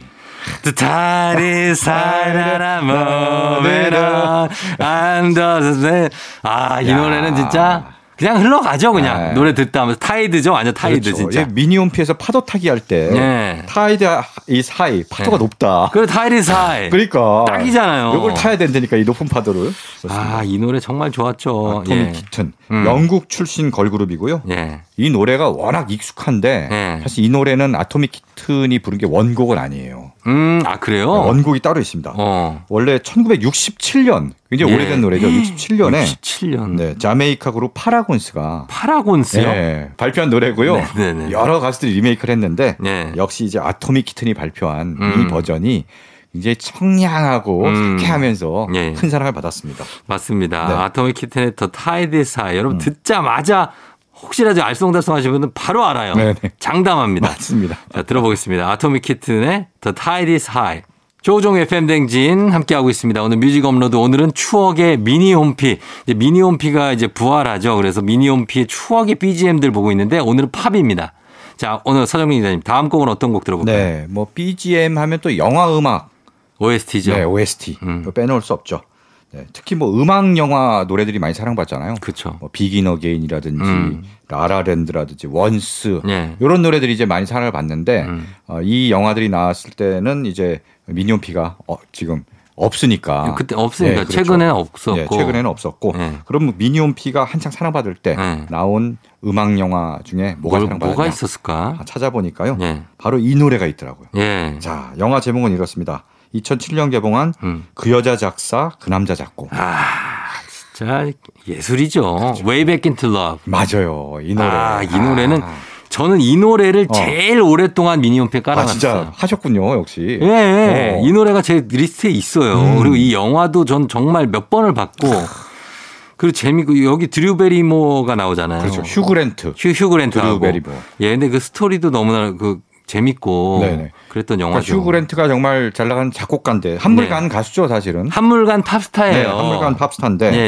Speaker 1: 뜻하리 살아라 머물러 안더세 아, 이
Speaker 5: 야.
Speaker 1: 노래는 진짜 그냥 흘러가죠, 그냥.
Speaker 5: 네.
Speaker 1: 노래 듣다 하면서 타이드죠, 완전 타이드
Speaker 5: 그렇죠.
Speaker 1: 진짜.
Speaker 5: 예, 미니홈피에서 파도 타기 할 때
Speaker 1: 예.
Speaker 5: 타이드 is high 파도가
Speaker 1: 예.
Speaker 5: 높다.
Speaker 1: 그 타이드 사이.
Speaker 5: 그러니까
Speaker 1: 딱이잖아요.
Speaker 5: 이걸 타야 된다니까 이 높은 파도를.
Speaker 1: 아, 이 노래 정말 좋았죠.
Speaker 5: 토미
Speaker 1: 예.
Speaker 5: 아, 키튼
Speaker 1: 음.
Speaker 5: 영국 출신 걸그룹이고요.
Speaker 1: 예.
Speaker 5: 이 노래가 워낙 익숙한데
Speaker 1: 예.
Speaker 5: 사실 이 노래는 아토믹 키튼이 부른 게 원곡은 아니에요.
Speaker 1: 음, 아, 그래요?
Speaker 5: 원곡이 따로 있습니다.
Speaker 1: 어.
Speaker 5: 원래 1967년 굉장히
Speaker 1: 예.
Speaker 5: 오래된 노래죠. 67년에
Speaker 1: 17년.
Speaker 5: 네, 자메이카 그룹 파라곤스가
Speaker 1: 파라곤스요?
Speaker 5: 예, 발표한 노래고요.
Speaker 1: 네, 네, 네.
Speaker 5: 여러 가수들이 리메이크를 했는데
Speaker 1: 네.
Speaker 5: 역시 이제 아토믹 키튼이 발표한
Speaker 1: 음.
Speaker 5: 이 버전이 굉장히 청량하고
Speaker 1: 음.
Speaker 5: 상쾌하면서
Speaker 1: 예.
Speaker 5: 큰 사랑을 받았습니다.
Speaker 1: 맞습니다.
Speaker 5: 네. 음.
Speaker 1: 아토믹 키튼의 더 타이드 사이. 여러분 듣자마자 혹시라도 알쏭달쏭 하신 분은 바로 알아요.
Speaker 5: 네네.
Speaker 1: 장담합니다.
Speaker 5: 맞습니다.
Speaker 1: 자, 들어보겠습니다. 아토믹 키튼의 더 타이드 사이. 조종 FM 댕진 함께하고 있습니다. 오늘 뮤직 업로드 오늘은 추억의 미니 홈피. 이제 미니 홈피가 이제 부활하죠. 그래서 미니 홈피의 추억의 BGM들 보고 있는데 오늘은 팝입니다. 자, 오늘 서정민 기자님 다음 곡은 어떤 곡 들어볼까요?
Speaker 5: 네, 뭐 BGM 하면 또 영화 음악,
Speaker 1: OST죠.
Speaker 5: 네, OST
Speaker 1: 음.
Speaker 5: 이거 빼놓을 수 없죠. 네, 특히 뭐 음악 영화 노래들이 많이 사랑받잖아요.
Speaker 1: 그렇죠.
Speaker 5: 뭐 비긴 어게인이라든지
Speaker 1: 음.
Speaker 5: 라라랜드라든지 원스
Speaker 1: 네.
Speaker 5: 이런 노래들이 이제 많이 사랑을 받는데
Speaker 1: 음.
Speaker 5: 어, 이 영화들이 나왔을 때는 이제 미니홈피가 어, 지금 없으니까
Speaker 1: 그때 없으니까
Speaker 5: 네, 그렇죠.
Speaker 1: 최근에는 없었고.
Speaker 5: 네, 최근에는 없었고
Speaker 1: 네.
Speaker 5: 그럼 뭐 미니홈피가 한창 사랑받을 때
Speaker 1: 네.
Speaker 5: 나온 음악 영화 중에 뭐가
Speaker 1: 뭘-
Speaker 5: 사랑받았냐
Speaker 1: 뭐가 있었을까?
Speaker 5: 아, 찾아보니까요
Speaker 1: 예.
Speaker 5: 바로 이 노래가 있더라고요.
Speaker 1: 예.
Speaker 5: 자 영화 제목은 이렇습니다. 2007년 개봉한
Speaker 1: 음. 아.
Speaker 5: 그 여자 작사 그 남자 작곡.
Speaker 1: 진짜 예술이죠. Way Back into Love.
Speaker 5: 맞아요. 이 노래.
Speaker 1: 아, 이 노래는 저는 이 노래를
Speaker 5: 어.
Speaker 1: 제일 오랫동안 미니홈피에
Speaker 5: 아,
Speaker 1: 깔아놨어요.
Speaker 5: 진짜 하셨군요. 역시.
Speaker 1: 예, 예.
Speaker 5: 어.
Speaker 1: 이 노래가 제 리스트에 있어요.
Speaker 5: 음.
Speaker 1: 그리고 이 영화도 전 정말 몇 번을 봤고 그리고 재미고 여기 드류베리모가 나오잖아요.
Speaker 5: 그렇죠. 휴그랜트. 아,
Speaker 1: 휴 어. 휴그랜트하고.
Speaker 5: 드류베리모.
Speaker 1: 예, 근데 그 스토리도 너무나 그 재밌고
Speaker 5: 네네.
Speaker 1: 그랬던
Speaker 5: 그러니까
Speaker 1: 영화죠.
Speaker 5: 휴그랜트가 정말 잘 나간 작곡가인데
Speaker 1: 네.
Speaker 5: 한물간 가수죠, 사실은.
Speaker 1: 한물간
Speaker 5: 네,
Speaker 1: 팝스타예요.
Speaker 5: 한물간 네. 팝스타인데
Speaker 1: 예, 예,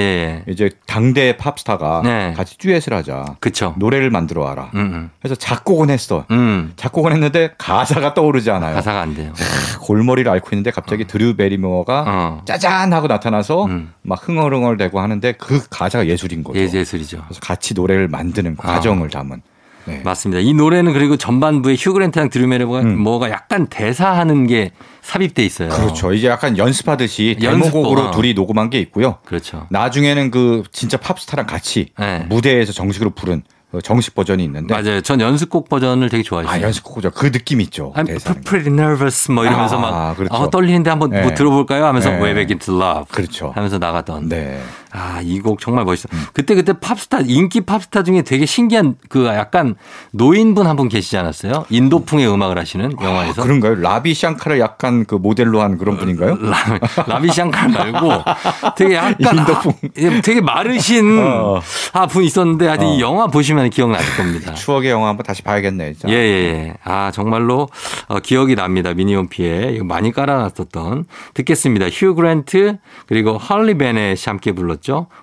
Speaker 1: 예.
Speaker 5: 이제 당대 팝스타가
Speaker 1: 네.
Speaker 5: 같이 듀엣을 하자.
Speaker 1: 그쵸.
Speaker 5: 노래를 만들어 와라.
Speaker 1: 음,
Speaker 5: 그래서 작곡은 했어.
Speaker 1: 음. 음.
Speaker 5: 작곡은 했는데 가사가 떠오르지 않아요.
Speaker 1: 가사가 안 돼요.
Speaker 5: 골머리를 앓고 있는데 갑자기 드류 베리모어가
Speaker 1: 어.
Speaker 5: 짜잔 하고 나타나서
Speaker 1: 음.
Speaker 5: 막 흥얼흥얼대고 하는데 그 가사가 예술인 거죠.
Speaker 1: 예, 예술이죠.
Speaker 5: 그래서 같이 노래를 만드는
Speaker 1: 아.
Speaker 5: 과정을 담은. 네.
Speaker 1: 맞습니다. 이 노래는 그리고 전반부에 휴그랜트랑 드루메르가
Speaker 5: 음.
Speaker 1: 뭐가 약간 대사하는 게 삽입돼 있어요.
Speaker 5: 그렇죠. 이게 약간 연습하듯이
Speaker 1: 연습,
Speaker 5: 데모곡으로
Speaker 1: 어.
Speaker 5: 둘이 녹음한 게 있고요.
Speaker 1: 그렇죠.
Speaker 5: 나중에는 그 진짜 팝스타랑 같이
Speaker 1: 네.
Speaker 5: 무대에서 정식으로 부른 그 정식 버전이 있는데
Speaker 1: 맞아요. 전 연습곡 버전을 되게
Speaker 5: 아
Speaker 1: 좋아했어요.
Speaker 5: 연습곡이죠. 그 느낌 있죠.
Speaker 1: I'm
Speaker 5: 대사는.
Speaker 1: pretty nervous 뭐 이러면서
Speaker 5: 아,
Speaker 1: 막
Speaker 5: 그렇죠.
Speaker 1: 어, 떨리는데 한번
Speaker 5: 네.
Speaker 1: 뭐 들어볼까요? 하면서
Speaker 5: 네.
Speaker 1: Way Back into Love
Speaker 5: 그렇죠.
Speaker 1: 하면서 나갔던
Speaker 5: 네. 음.
Speaker 1: 아 이 곡 정말 멋있어. 그때 그때 팝스타 인기 팝스타 중에 되게 신기한 그 약간 노인분 한 분 계시지 않았어요? 인도풍의 음악을 하시는
Speaker 5: 아,
Speaker 1: 영화에서
Speaker 5: 그런가요? 라비 샹카를 약간 그 모델로 한 그런 분인가요?
Speaker 1: 라- 라비샹칼 말고 되게 약간
Speaker 5: 인도풍.
Speaker 1: 아, 예, 되게 마르신
Speaker 5: 어.
Speaker 1: 아, 분 있었는데 하여튼
Speaker 5: 어.
Speaker 1: 이 영화 보시면 기억나실 겁니다.
Speaker 5: 추억의 영화 한번 다시 봐야겠네. 진짜.
Speaker 1: 예, 예, 예. 아, 정말로 어, 기억이 납니다. 미니홈피에. 이거 많이 깔아놨었던. 듣겠습니다. 휴 그랜트, 그리고 헐리 베넷이 함께 불렀죠.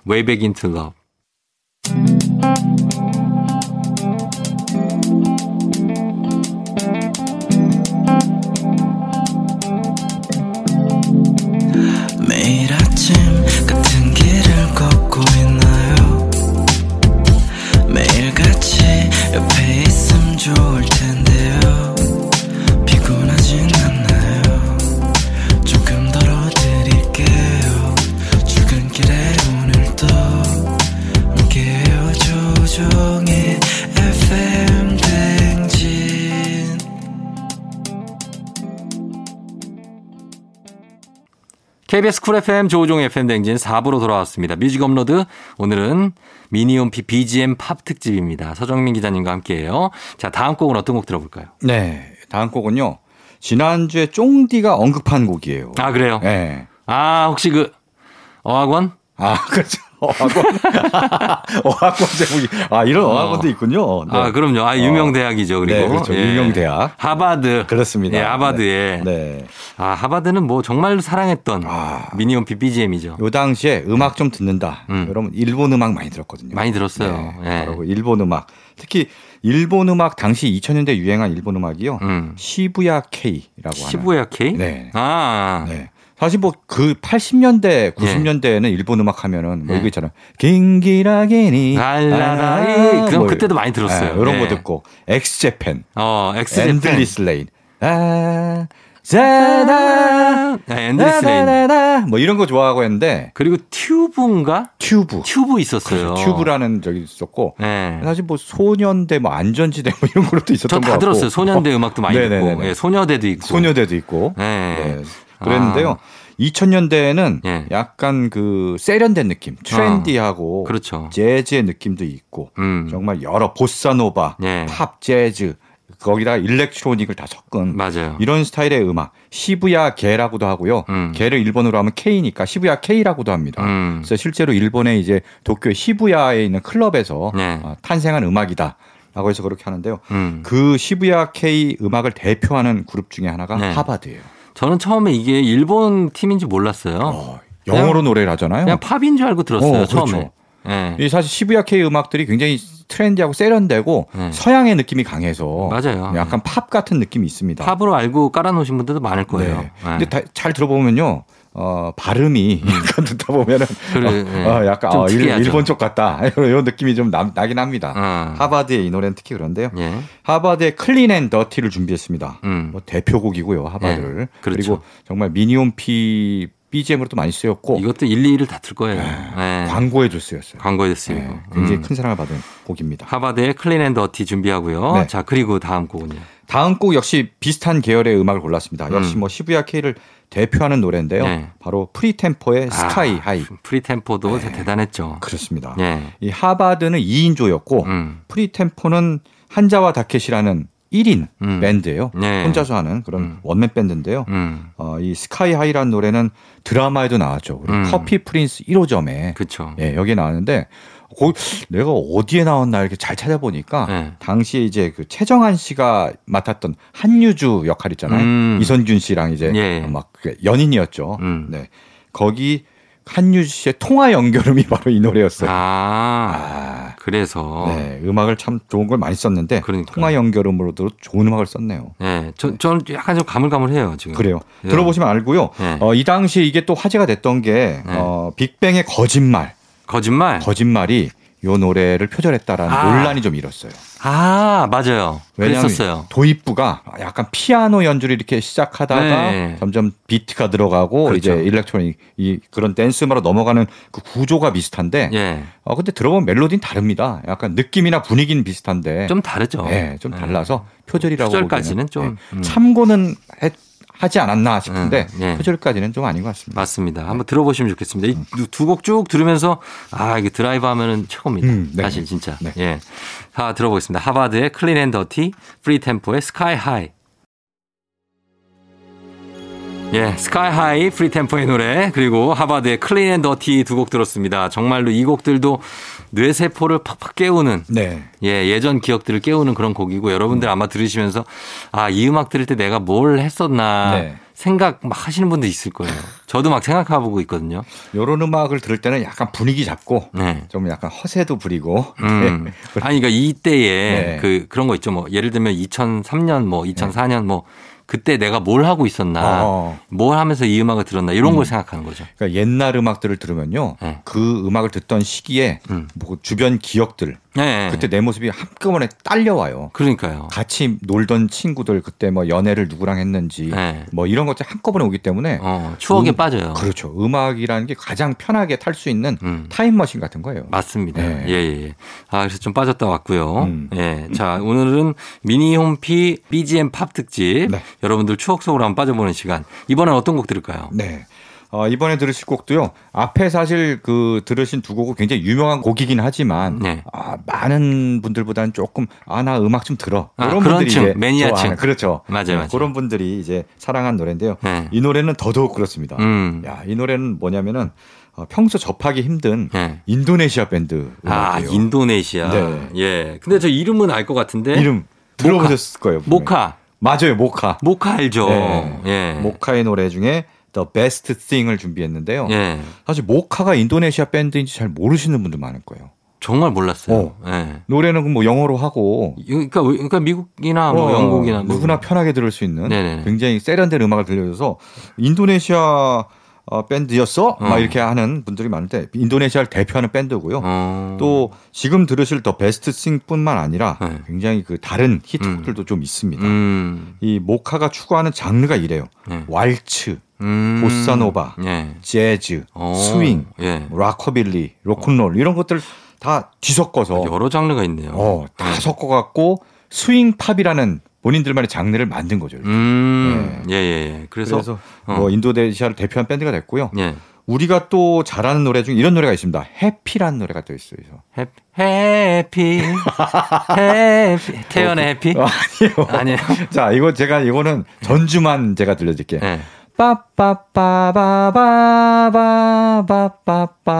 Speaker 1: Way Back into Love.
Speaker 4: 매일 아침 같은 길을 걷고 있나요 매일 같이 옆에 있음 좋을 텐데요 피곤하진 않나요 조금 덜어드릴게요 출근길에 오늘도 함께해요 조종의 FM 댕진
Speaker 1: KBS 쿨 FM 조우종 FM 댕진 4부로 돌아왔습니다. 뮤직 업로드. 오늘은 미니홈피 BGM 팝 특집입니다. 서정민 기자님과 함께해요. 자, 다음 곡은 어떤 곡 들어볼까요?
Speaker 5: 네. 다음 곡은요. 지난주에 쫑디가 언급한 곡이에요.
Speaker 1: 아, 그래요?
Speaker 5: 네.
Speaker 1: 아, 혹시 그 어학원?
Speaker 5: 아, 그렇죠. 어학원. 어학원 제목이. 아, 이런
Speaker 1: 어.
Speaker 5: 어학원도 있군요. 네.
Speaker 1: 아, 그럼요. 아, 유명 대학이죠. 그리고 예.
Speaker 5: 네, 그렇죠. 유명 대학.
Speaker 1: 하바드.
Speaker 5: 그렇습니다.
Speaker 1: 예, 하바드에.
Speaker 5: 네.
Speaker 1: 아, 하바드는 뭐 정말 사랑했던
Speaker 5: 아.
Speaker 1: 미니홈피 BGM이죠.
Speaker 5: 요 당시에 음악 좀 듣는다.
Speaker 1: 음.
Speaker 5: 여러분 일본 음악 많이 들었거든요.
Speaker 1: 많이 들었어요.
Speaker 5: 네,
Speaker 1: 예.
Speaker 5: 바로 그 일본 음악. 특히 일본 음악 당시 2000년대 유행한 일본 음악이요.
Speaker 1: 음.
Speaker 5: 시부야 K라고 하는.
Speaker 1: 시부야 K?
Speaker 5: 네.
Speaker 1: 아.
Speaker 5: 네. 사실 뭐 그 80년대, 90년대에는
Speaker 1: 예.
Speaker 5: 일본 음악 하면은 뭐 이거 있잖아요. 갱기라게니
Speaker 1: 랄라라이. 그럼
Speaker 5: 뭐
Speaker 1: 그때도 많이 들었어요.
Speaker 5: 네, 이런 거
Speaker 1: 네.
Speaker 5: 듣고 엑스제팬,
Speaker 1: 어, 엑스
Speaker 5: 엔들리스 레인. 아. 자다
Speaker 1: 네, 엔드리스 레인.
Speaker 5: 라라라라. 뭐 이런 거 좋아하고 했는데
Speaker 1: 그리고 튜브인가?
Speaker 5: 튜브 그렇죠.
Speaker 1: 튜브 있었어요.
Speaker 5: 튜브라는 저기 있었고
Speaker 1: 네.
Speaker 5: 사실 뭐 소년대 뭐 안전지대 뭐 이런 걸로도 있었던
Speaker 1: 저
Speaker 5: 것 같고
Speaker 1: 다 들었어요. 소년대 음악도 많이
Speaker 5: 네네네네.
Speaker 1: 듣고. 예, 소녀대도 있고.
Speaker 5: 소녀대도 있고
Speaker 1: 네.
Speaker 5: 네. 그랬는데요. 2000년대에는
Speaker 1: 예. 아.
Speaker 5: 약간 그 세련된 느낌, 트렌디하고
Speaker 1: 그렇죠.
Speaker 5: 재즈의 느낌도 있고
Speaker 1: 음.
Speaker 5: 네. 정말 여러 보사노바,
Speaker 1: 예.
Speaker 5: 팝, 재즈 거기다 일렉트로닉을 다 섞은
Speaker 1: 맞아요.
Speaker 5: 어. 이런 스타일의 음악 시부야 게라고도 하고요.
Speaker 1: 음.
Speaker 5: 게를 일본어로 하면 K니까 시부야 K라고도 합니다.
Speaker 1: 음.
Speaker 5: 그래서 실제로 일본의 이제 도쿄 시부야에 있는 클럽에서
Speaker 1: 네.
Speaker 5: 어, 탄생한 음악이다라고 해서 그렇게 하는데요.
Speaker 1: 음.
Speaker 5: 그 시부야 K 음악을 대표하는 그룹 중에 하나가
Speaker 1: 네.
Speaker 5: 하바드예요.
Speaker 1: 저는 처음에 이게 일본 팀인지 몰랐어요.
Speaker 5: 어, 영어로 노래를 하잖아요.
Speaker 1: 그냥 팝인 줄 알고 들었어요
Speaker 5: 어, 그렇죠.
Speaker 1: 처음에. 예.
Speaker 5: 이 사실 시부야 K 음악들이 굉장히 트렌디하고 세련되고
Speaker 1: 네.
Speaker 5: 서양의 느낌이 강해서
Speaker 1: 맞아요.
Speaker 5: 약간 팝 같은 느낌이 있습니다.
Speaker 1: 팝으로 알고 깔아놓으신 분들도 많을 거예요.
Speaker 5: 네.
Speaker 1: 예.
Speaker 5: 근데 다- 잘 들어보면요. 어, 발음이 약간 듣다 보면은
Speaker 1: 그래,
Speaker 5: 어,
Speaker 1: 예.
Speaker 5: 어, 약간
Speaker 1: 좀
Speaker 5: 어, 일,
Speaker 1: 특이하죠.
Speaker 5: 본쪽 같다. 이런 느낌이 좀 나, 긴 합니다.
Speaker 1: 아.
Speaker 5: 하바드의 이 노래는 특히 그런데요.
Speaker 1: 예.
Speaker 5: 하바드의 클린 앤 더티를 준비했습니다.
Speaker 1: 음.
Speaker 5: 뭐 대표곡이고요, 하바드를.
Speaker 1: 예, 그렇죠.
Speaker 5: 리고 정말 미니홈피 BGM으로도 많이 쓰였고
Speaker 1: 이것도 1, 2, 1을 다 틀 거예요. 예.
Speaker 5: 광고에도 쓰였어요.
Speaker 1: 광고에 됐어요.
Speaker 5: 네,
Speaker 1: 이거.
Speaker 5: 굉장히
Speaker 1: 음.
Speaker 5: 큰 사랑을 받은 곡입니다.
Speaker 1: 하바드의 클린 앤 더티 준비하고요.
Speaker 5: 네.
Speaker 1: 자, 그리고 다음 곡은요.
Speaker 5: 다음 곡 역시 비슷한 계열의 음악을 골랐습니다. 역시
Speaker 1: 음.
Speaker 5: 뭐 시부야 K를 대표하는 노래인데요.
Speaker 1: 네.
Speaker 5: 바로
Speaker 1: 아,
Speaker 5: 프리템포의 스카이 하이.
Speaker 1: 프리템포도
Speaker 5: 네.
Speaker 1: 대단했죠.
Speaker 5: 그렇습니다.
Speaker 1: 예.
Speaker 5: 이 하바드는 2인조였고
Speaker 1: 음.
Speaker 5: 프리템포는 한자와 다켓이라는 1인
Speaker 1: 음.
Speaker 5: 밴드예요.
Speaker 1: 네.
Speaker 5: 혼자서 하는 그런
Speaker 1: 음.
Speaker 5: 원맨 밴드인데요.
Speaker 1: 음.
Speaker 5: 어, 이 스카이 하이라는 노래는 드라마에도 나왔죠. 우리
Speaker 1: 음.
Speaker 5: 커피 프린스 1호점에
Speaker 1: 그쵸.
Speaker 5: 예, 여기에 나왔는데 거 내가 어디에 나왔나 이렇게 잘 찾아보니까
Speaker 1: 네.
Speaker 5: 당시에 이제 그 최정한 씨가 맡았던 한유주 역할 있잖아요.
Speaker 1: 음.
Speaker 5: 이선균 씨랑 이제
Speaker 1: 예.
Speaker 5: 막그 연인이었죠.
Speaker 1: 음.
Speaker 5: 네. 거기 한유주 씨의 통화 연결음이 바로 이 노래였어요.
Speaker 1: 아,
Speaker 5: 네. 아.
Speaker 1: 그래서. 네.
Speaker 5: 네, 음악을 참 좋은 걸 많이 썼는데
Speaker 1: 그러니까요. 예,
Speaker 5: 통화 연결음으로도 좋은 음악을 썼네요.
Speaker 1: 저, 저는 약간 좀 가물가물해요, 지금.
Speaker 5: 그래요.
Speaker 1: 네.
Speaker 5: 들어보시면 알고요.
Speaker 1: 네.
Speaker 5: 어, 이 당시 이게 또 화제가 됐던 게
Speaker 1: 네.
Speaker 5: 어, 빅뱅의 거짓말,
Speaker 1: 거짓말?
Speaker 5: 거짓말이 요 노래를 표절했다라는
Speaker 1: 아.
Speaker 5: 논란이 좀 일었어요.
Speaker 1: 아, 맞아요.
Speaker 5: 왜냐하면
Speaker 1: 그랬었어요.
Speaker 5: 도입부가 약간 피아노 연주를 이렇게 시작하다가
Speaker 1: 네. 점점
Speaker 5: 점점 비트가 들어가고
Speaker 1: 그렇죠.
Speaker 5: 이제 일렉트로닉 이 그런 댄스 음악으로 넘어가는 그 구조가 비슷한데
Speaker 1: 예.
Speaker 5: 어 근데 들어보면 멜로디는 다릅니다. 약간 느낌이나 분위기는 비슷한데
Speaker 1: 좀 다르죠.
Speaker 5: 예, 좀 달라서 표절이라고
Speaker 1: 표절까지는
Speaker 5: 보기에는,
Speaker 1: 좀,
Speaker 5: 예,
Speaker 1: 음.
Speaker 5: 참고는 해- 하지 않았나 싶은데
Speaker 1: 음, 예.
Speaker 5: 표절까지는 좀 아닌 것 같습니다.
Speaker 1: 맞습니다. 한번 들어보시면 좋겠습니다. 두 곡 쭉 들으면서 아 이게 드라이브 하면은 최고입니다.
Speaker 5: 음, 네.
Speaker 1: 사실 진짜.
Speaker 5: 네.
Speaker 1: 예, 다 들어보겠습니다. 하바드의 클린 앤 더티, 프리템포의 스카이 하이. 예, 스카이 하이, 프리템포의 노래 그리고 하바드의 클린 앤 더티 두 곡 들었습니다. 정말로 이 곡들도 뇌세포를 팍팍 깨우는
Speaker 5: 네.
Speaker 1: 예, 예전 기억들을 깨우는 그런 곡이고 여러분들
Speaker 5: 음.
Speaker 1: 아마 들으시면서 아, 이 음악 들을 때 내가 뭘 했었나
Speaker 5: 네.
Speaker 1: 생각 막 하시는 분도 있을 거예요. 저도 막 생각해보고 있거든요.
Speaker 5: 요런 음악을 들을 때는 약간 분위기 잡고
Speaker 1: 네.
Speaker 5: 좀 약간 허세도 부리고
Speaker 1: 음.
Speaker 5: 네.
Speaker 1: 아니, 그러니까 이때에
Speaker 5: 네.
Speaker 1: 그, 그런 거 있죠. 뭐, 예를 들면 2003년 뭐, 2004년 뭐, 그때 내가 뭘 하고 있었나,
Speaker 5: 어.
Speaker 1: 뭘 하면서 이 음악을 들었나, 이런 걸 생각하는 거죠.
Speaker 5: 그러니까 옛날 음악들을 들으면요.
Speaker 1: 네.
Speaker 5: 그 음악을 듣던 시기에
Speaker 1: 음.
Speaker 5: 뭐 주변 기억들
Speaker 1: 네.
Speaker 5: 그때 내 모습이 한꺼번에 딸려와요.
Speaker 1: 그러니까요.
Speaker 5: 같이 놀던 친구들 그때 뭐 연애를 누구랑 했는지
Speaker 1: 네.
Speaker 5: 뭐 이런 것들 이 한꺼번에 오기 때문에
Speaker 1: 어, 추억에
Speaker 5: 음,
Speaker 1: 빠져요.
Speaker 5: 그렇죠. 음악이라는 게 가장 편하게 탈 수 있는
Speaker 1: 음.
Speaker 5: 타임머신 같은 거예요.
Speaker 1: 맞습니다.
Speaker 5: 네.
Speaker 1: 예, 예, 예. 아, 그래서 좀 빠졌다 왔고요.
Speaker 5: 음.
Speaker 1: 예. 자, 오늘은 미니 홈피 BGM 팝 특집.
Speaker 5: 네.
Speaker 1: 여러분들 추억 속으로 한번 빠져보는 시간. 이번엔 어떤 곡 들을까요?
Speaker 5: 네. 어, 이번에 들으실 곡도요. 앞에 사실 그 들으신 두 곡은 굉장히 유명한 곡이긴 하지만
Speaker 1: 네.
Speaker 5: 아, 많은 분들보다는 조금 아 나 음악 좀 들어.
Speaker 1: 아,
Speaker 5: 이런
Speaker 1: 그런
Speaker 5: 분들이
Speaker 1: 층,
Speaker 5: 이제
Speaker 1: 매니아층.
Speaker 5: 좋아하는, 그렇죠.
Speaker 1: 맞아요,
Speaker 5: 네,
Speaker 1: 맞아요.
Speaker 5: 그런 분들이 이제 사랑한 노래인데요.
Speaker 1: 네.
Speaker 5: 이 노래는 더더욱 그렇습니다.
Speaker 1: 음.
Speaker 5: 야, 이 노래는 뭐냐면은 어, 평소 접하기 힘든
Speaker 1: 네.
Speaker 5: 인도네시아 밴드
Speaker 1: 아,
Speaker 5: 음악이에요.
Speaker 1: 인도네시아.
Speaker 5: 네.
Speaker 1: 예. 근데 저 이름은 알 것 같은데.
Speaker 5: 이름 들어보셨을 거예요. 분명히.
Speaker 1: 모카.
Speaker 5: 맞아요, 모카.
Speaker 1: 모카 알죠.
Speaker 5: 네.
Speaker 1: 예.
Speaker 5: 모카의 노래 중에 The Best Thing을 준비했는데요.
Speaker 1: 예.
Speaker 5: 사실 모카가 인도네시아 밴드인지 잘 모르시는 분들 많을 거예요.
Speaker 1: 정말 몰랐어요.
Speaker 5: 어.
Speaker 1: 예.
Speaker 5: 노래는 뭐 영어로 하고
Speaker 1: 그러니까, 그러니까 미국이나 뭐
Speaker 5: 어,
Speaker 1: 영국이나 뭐
Speaker 5: 누구나 편하게 들을 수 있는
Speaker 1: 네네네.
Speaker 5: 굉장히 세련된 음악을 들려줘서 인도네시아 어, 밴드였어?
Speaker 1: 어.
Speaker 5: 막 이렇게 하는 분들이 많은데 인도네시아를 대표하는 밴드고요.
Speaker 1: 어.
Speaker 5: 또 지금 들으실 더 베스트 싱뿐만 아니라
Speaker 1: 네.
Speaker 5: 굉장히 그 다른 히트곡들도 좀 있습니다.
Speaker 1: 음.
Speaker 5: 이 모카가 추구하는 장르가 이래요.
Speaker 1: 네.
Speaker 5: 왈츠,
Speaker 1: 음.
Speaker 5: 보사노바.
Speaker 1: 예.
Speaker 5: 재즈,
Speaker 1: 어.
Speaker 5: 스윙,
Speaker 1: 예.
Speaker 5: 락커빌리, 로큰롤 이런 것들 다 뒤섞어서
Speaker 1: 여러 장르가 있네요.
Speaker 5: 어,
Speaker 1: 음.
Speaker 5: 다 섞어갖고 스윙 팝이라는 본인들만의 장르를 만든 거죠.
Speaker 1: 음, 예, 예, 예. 그래서,
Speaker 5: 네. 그래서,
Speaker 1: 어.
Speaker 5: 뭐 인도네시아를 대표한 밴드가 됐고요.
Speaker 1: 예.
Speaker 5: 우리가 또 잘하는 노래 중에 이런 노래가 있습니다. 해피라는 노래가 또 있어요.
Speaker 1: 해피, 해피, 해피. 태연의 해피?
Speaker 5: 어, 그, 아니요.
Speaker 1: 아니에요.
Speaker 5: 자, 이거 제가 이거는 전주만 제가 들려드릴게요.
Speaker 1: 예.
Speaker 5: 빠빠빠바바바바바바바바바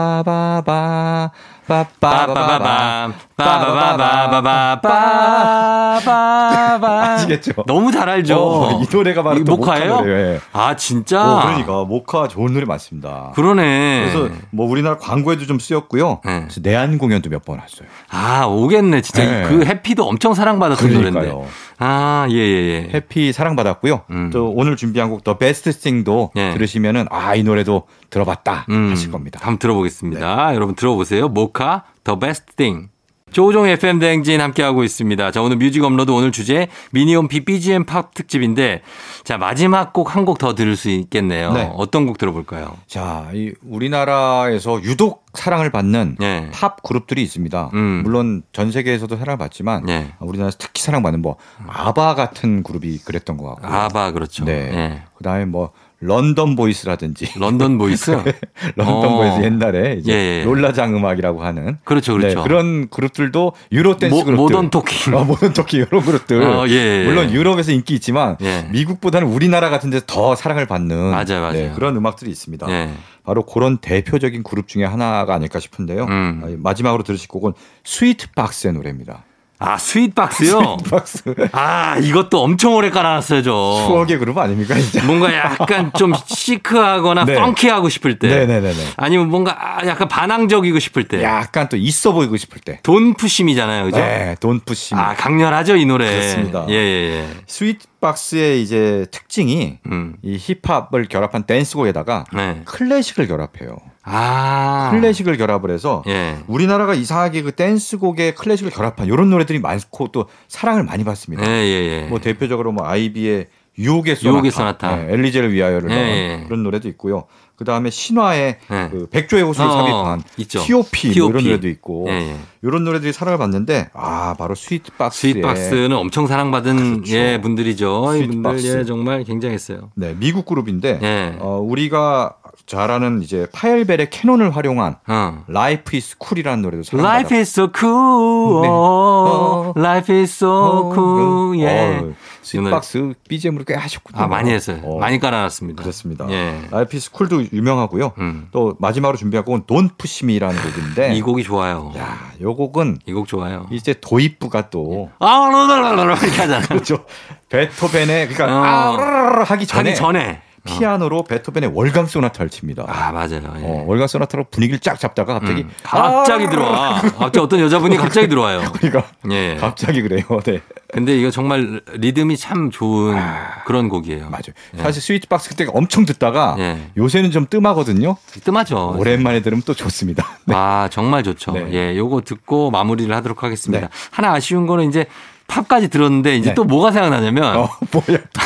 Speaker 1: 빠바바밤, 빠바바바바바바,
Speaker 5: 빠빠바바
Speaker 1: 빠바바.
Speaker 5: 아시겠죠?
Speaker 1: 너무 잘 알죠?
Speaker 5: 어, 이 노래가 바로
Speaker 1: 이게
Speaker 5: 또
Speaker 1: 모카예요?
Speaker 5: 모카 노래예요. 예.
Speaker 1: 아, 진짜?
Speaker 5: 어, 그러니까 모카 좋은 노래 많습니다.
Speaker 1: 그러네.
Speaker 5: 그래서 뭐 우리나라 광고에도 좀 쓰였고요.
Speaker 1: 네.
Speaker 5: 그래서 내한 공연도 몇 번 왔어요.
Speaker 1: 아, 오겠네. 진짜
Speaker 5: 네.
Speaker 1: 그 해피도 엄청 사랑받았던 노래인데.
Speaker 5: 그러니까요.
Speaker 1: 아, 예, 예, 예.
Speaker 5: 해피 사랑받았고요.
Speaker 1: 음.
Speaker 5: 또 오늘 준비한 곡 더 베스트 싱도
Speaker 1: 네.
Speaker 5: 들으시면은 아 이 노래도 들어봤다
Speaker 1: 음,
Speaker 5: 하실 겁니다. 네.
Speaker 1: 한번 들어보겠습니다. 여러분 들어보세요. 모카 The Best Thing. 조종 FM 대행진 함께하고 있습니다. 자, 오늘 뮤직 업로드 오늘 주제 미니홈피 BGM 팝 특집인데 자, 마지막 곡 한 곡 더 들을 수 있겠네요.
Speaker 5: 네.
Speaker 1: 어떤 곡 들어볼까요?
Speaker 5: 자, 이 우리나라에서 유독 사랑을 받는
Speaker 1: 예.
Speaker 5: 팝 그룹들이 있습니다.
Speaker 1: 음.
Speaker 5: 물론 전 세계에서도 사랑받지만
Speaker 1: 네.
Speaker 5: 우리나라에서 특히 사랑받는 뭐 아바 같은 그룹이 그랬던 것 같고.
Speaker 1: 음. 아바 그렇죠.
Speaker 5: 네.
Speaker 1: 예.
Speaker 5: 그다음에 뭐 런던 보이스라든지
Speaker 1: 런던 보이스?
Speaker 5: 런던
Speaker 1: 어.
Speaker 5: 보이스 옛날에 이제
Speaker 1: 예, 예.
Speaker 5: 롤라장 음악이라고 하는
Speaker 1: 그렇죠,
Speaker 5: 네,
Speaker 1: 그렇죠.
Speaker 5: 그런 그룹들도 유로 댄스
Speaker 1: 모,
Speaker 5: 그룹들
Speaker 1: 모던 토킹.
Speaker 5: 아, 모던 토끼 이런 그룹들
Speaker 1: 어, 예, 예.
Speaker 5: 물론 유럽에서 인기 있지만
Speaker 1: 예.
Speaker 5: 미국보다는 우리나라 같은 데서 더 사랑을 받는
Speaker 1: 맞아요, 맞아요.
Speaker 5: 네, 그런 음악들이 있습니다.
Speaker 1: 예.
Speaker 5: 바로 그런 대표적인 그룹 중에 하나가 아닐까 싶은데요.
Speaker 1: 음.
Speaker 5: 아, 마지막으로 들으실 곡은 스위트박스의 노래입니다.
Speaker 1: 아, 스윗박스요?
Speaker 5: 박스
Speaker 1: 아, 이것도 엄청 오래 깔아놨어요, 저.
Speaker 5: 추억의 그룹 아닙니까 진짜?
Speaker 1: 뭔가 약간 좀 시크하거나
Speaker 5: 네.
Speaker 1: 펑키하고 싶을 때.
Speaker 5: 네네네네.
Speaker 1: 아니면 뭔가 아, 약간 반항적이고 싶을 때.
Speaker 5: 약간 또 있어 보이고 싶을 때.
Speaker 1: 돈푸심이잖아요, 네. 그죠?
Speaker 5: 네, 돈푸시.
Speaker 1: 아, 강렬하죠, 이 노래.
Speaker 5: 그렇습니다.
Speaker 1: 예, 예, 예.
Speaker 5: 스윗박스의 이제 특징이
Speaker 1: 음.
Speaker 5: 이 힙합을 결합한 댄스곡에다가
Speaker 1: 네.
Speaker 5: 클래식을 결합해요.
Speaker 1: 아.
Speaker 5: 클래식을 결합을 해서
Speaker 1: 예.
Speaker 5: 우리나라가 이상하게 그 댄스곡에 클래식을 결합한 이런 노래들이 많고 또 사랑을 많이 받습니다.
Speaker 1: 예, 예, 예.
Speaker 5: 뭐 대표적으로 뭐 아이비의 유혹의 소나타,
Speaker 1: 유혹의 소나타.
Speaker 5: 네, 엘리제를 위하여를
Speaker 1: 예,
Speaker 5: 넣은
Speaker 1: 예.
Speaker 5: 그런 노래도 있고요. 그 다음에 신화의
Speaker 1: 예.
Speaker 5: 그 백조의 호수를
Speaker 1: 어,
Speaker 5: 삽입한
Speaker 1: 있죠.
Speaker 5: T.O.P. 뭐 이런
Speaker 1: T.O.P.
Speaker 5: 노래도 있고
Speaker 1: 예, 예.
Speaker 5: 이런 노래들이 사랑을 받는데 아 바로 스윗박스의
Speaker 1: 스윗박스는 엄청 사랑받은
Speaker 5: 예. 그렇죠.
Speaker 1: 예 분들이죠. 이분들
Speaker 5: 스윗박스.
Speaker 1: 예 정말 굉장했어요.
Speaker 5: 네, 미국 그룹인데
Speaker 1: 예.
Speaker 5: 어, 우리가 잘 아는 이제 파엘벨의 캐논을 활용한
Speaker 1: 어.
Speaker 5: Life is Cool이라는 노래도 사랑받았고
Speaker 1: Life is so cool.
Speaker 5: 네. 어.
Speaker 1: Life is so cool. 예.
Speaker 5: 스윗박스 BGM으로 꽤 하셨군요.
Speaker 1: 아 많이 했어요.
Speaker 5: 어,
Speaker 1: 많이 깔아놨습니다.
Speaker 5: 그렇습니다.
Speaker 1: 예.
Speaker 5: Life is Cool도 유명하고요.
Speaker 1: 음.
Speaker 5: 또 마지막으로 준비한 곡은 Don't Push Me라는 곡인데
Speaker 1: 이 곡이 좋아요.
Speaker 5: 야, 요 곡은
Speaker 1: 이 곡 좋아요.
Speaker 5: 이제 도입부가 또
Speaker 1: 아, 라라라라 이렇게 하잖아.
Speaker 5: 그렇죠. 베토벤의 그러니까
Speaker 1: 어.
Speaker 5: 아라라라 하기 전에
Speaker 1: 하기 전에.
Speaker 5: 피아노로 베토벤의 월간 소나타를 칩니다.
Speaker 1: 아, 맞아요. 예.
Speaker 5: 어, 월간 소나타로 분위기를 쫙 잡다가 갑자기
Speaker 1: 음. 갑자기 들어와. 갑자기 어떤 여자분이 갑자기 들어와요.
Speaker 5: 그러니까
Speaker 1: 예.
Speaker 5: 갑자기 그래요. 네.
Speaker 1: 근데 이거 정말 리듬이 참 좋은 그런 곡이에요.
Speaker 5: 맞아요. 사실 스위트박스 그때 엄청 듣다가
Speaker 1: 예.
Speaker 5: 요새는 좀 뜸하거든요. 어,
Speaker 1: 뜸하죠.
Speaker 5: 오랜만에 들으면 또 좋습니다.
Speaker 1: 아, 정말 좋죠.
Speaker 5: 네.
Speaker 1: 예, 요거 듣고 마무리를 하도록 하겠습니다.
Speaker 5: 네.
Speaker 1: 하나 아쉬운 거는 이제 팝까지 들었는데 이제
Speaker 5: 네.
Speaker 1: 또 뭐가 생각나냐면
Speaker 5: 어, 뭐야 또.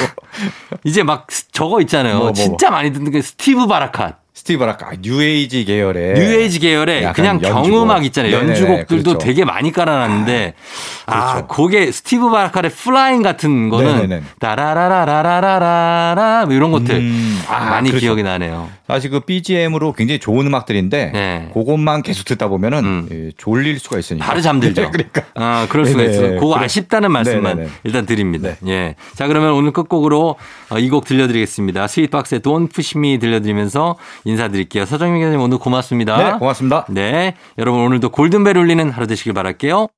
Speaker 1: 이제 막 스- 저거 있잖아요.
Speaker 5: 뭐, 뭐, 뭐.
Speaker 1: 진짜 많이 듣는 게 스티브 바라칸.
Speaker 5: 스티브 라카 뉴에이지 계열의
Speaker 1: 뉴에이지 계열의
Speaker 5: 예. 약간
Speaker 1: 그냥
Speaker 5: 연주곡.
Speaker 1: 경음악 있잖아요.
Speaker 5: 네네네,
Speaker 1: 연주곡들도
Speaker 5: 그렇죠.
Speaker 1: 되게 많이 깔아놨는데 아,
Speaker 5: 그렇죠.
Speaker 1: 그게 스티브 바라칸의 플라잉 같은 거는
Speaker 5: 네네네.
Speaker 1: 따라라라라라라라 뭐 이런 것들
Speaker 5: 음, 아,
Speaker 1: 많이
Speaker 5: 그렇죠.
Speaker 1: 기억이 나네요.
Speaker 5: 사실 그 BGM으로 굉장히 좋은 음악들인데
Speaker 1: 네.
Speaker 5: 그것만 계속 듣다 보면은
Speaker 1: 음.
Speaker 5: 예, 졸릴 수가 있으니까
Speaker 1: 바로 잠들죠.
Speaker 5: 네, 그러니까
Speaker 1: 아, 그럴 수가
Speaker 5: 네네.
Speaker 1: 있어요. 그거
Speaker 5: 그래.
Speaker 1: 아쉽다는 말씀만
Speaker 5: 네네네.
Speaker 1: 일단 드립니다. 예. 자, 그러면 오늘 끝곡으로 어, 이 곡 들려드리겠습니다. 스윗박스의 Don't Push Me 들려드리면서 인사드릴게요. 서정민 기자님 오늘 고맙습니다.
Speaker 5: 네 고맙습니다.
Speaker 1: 네. 여러분 오늘도 골든벨 울리는 하루 되시길 바랄게요.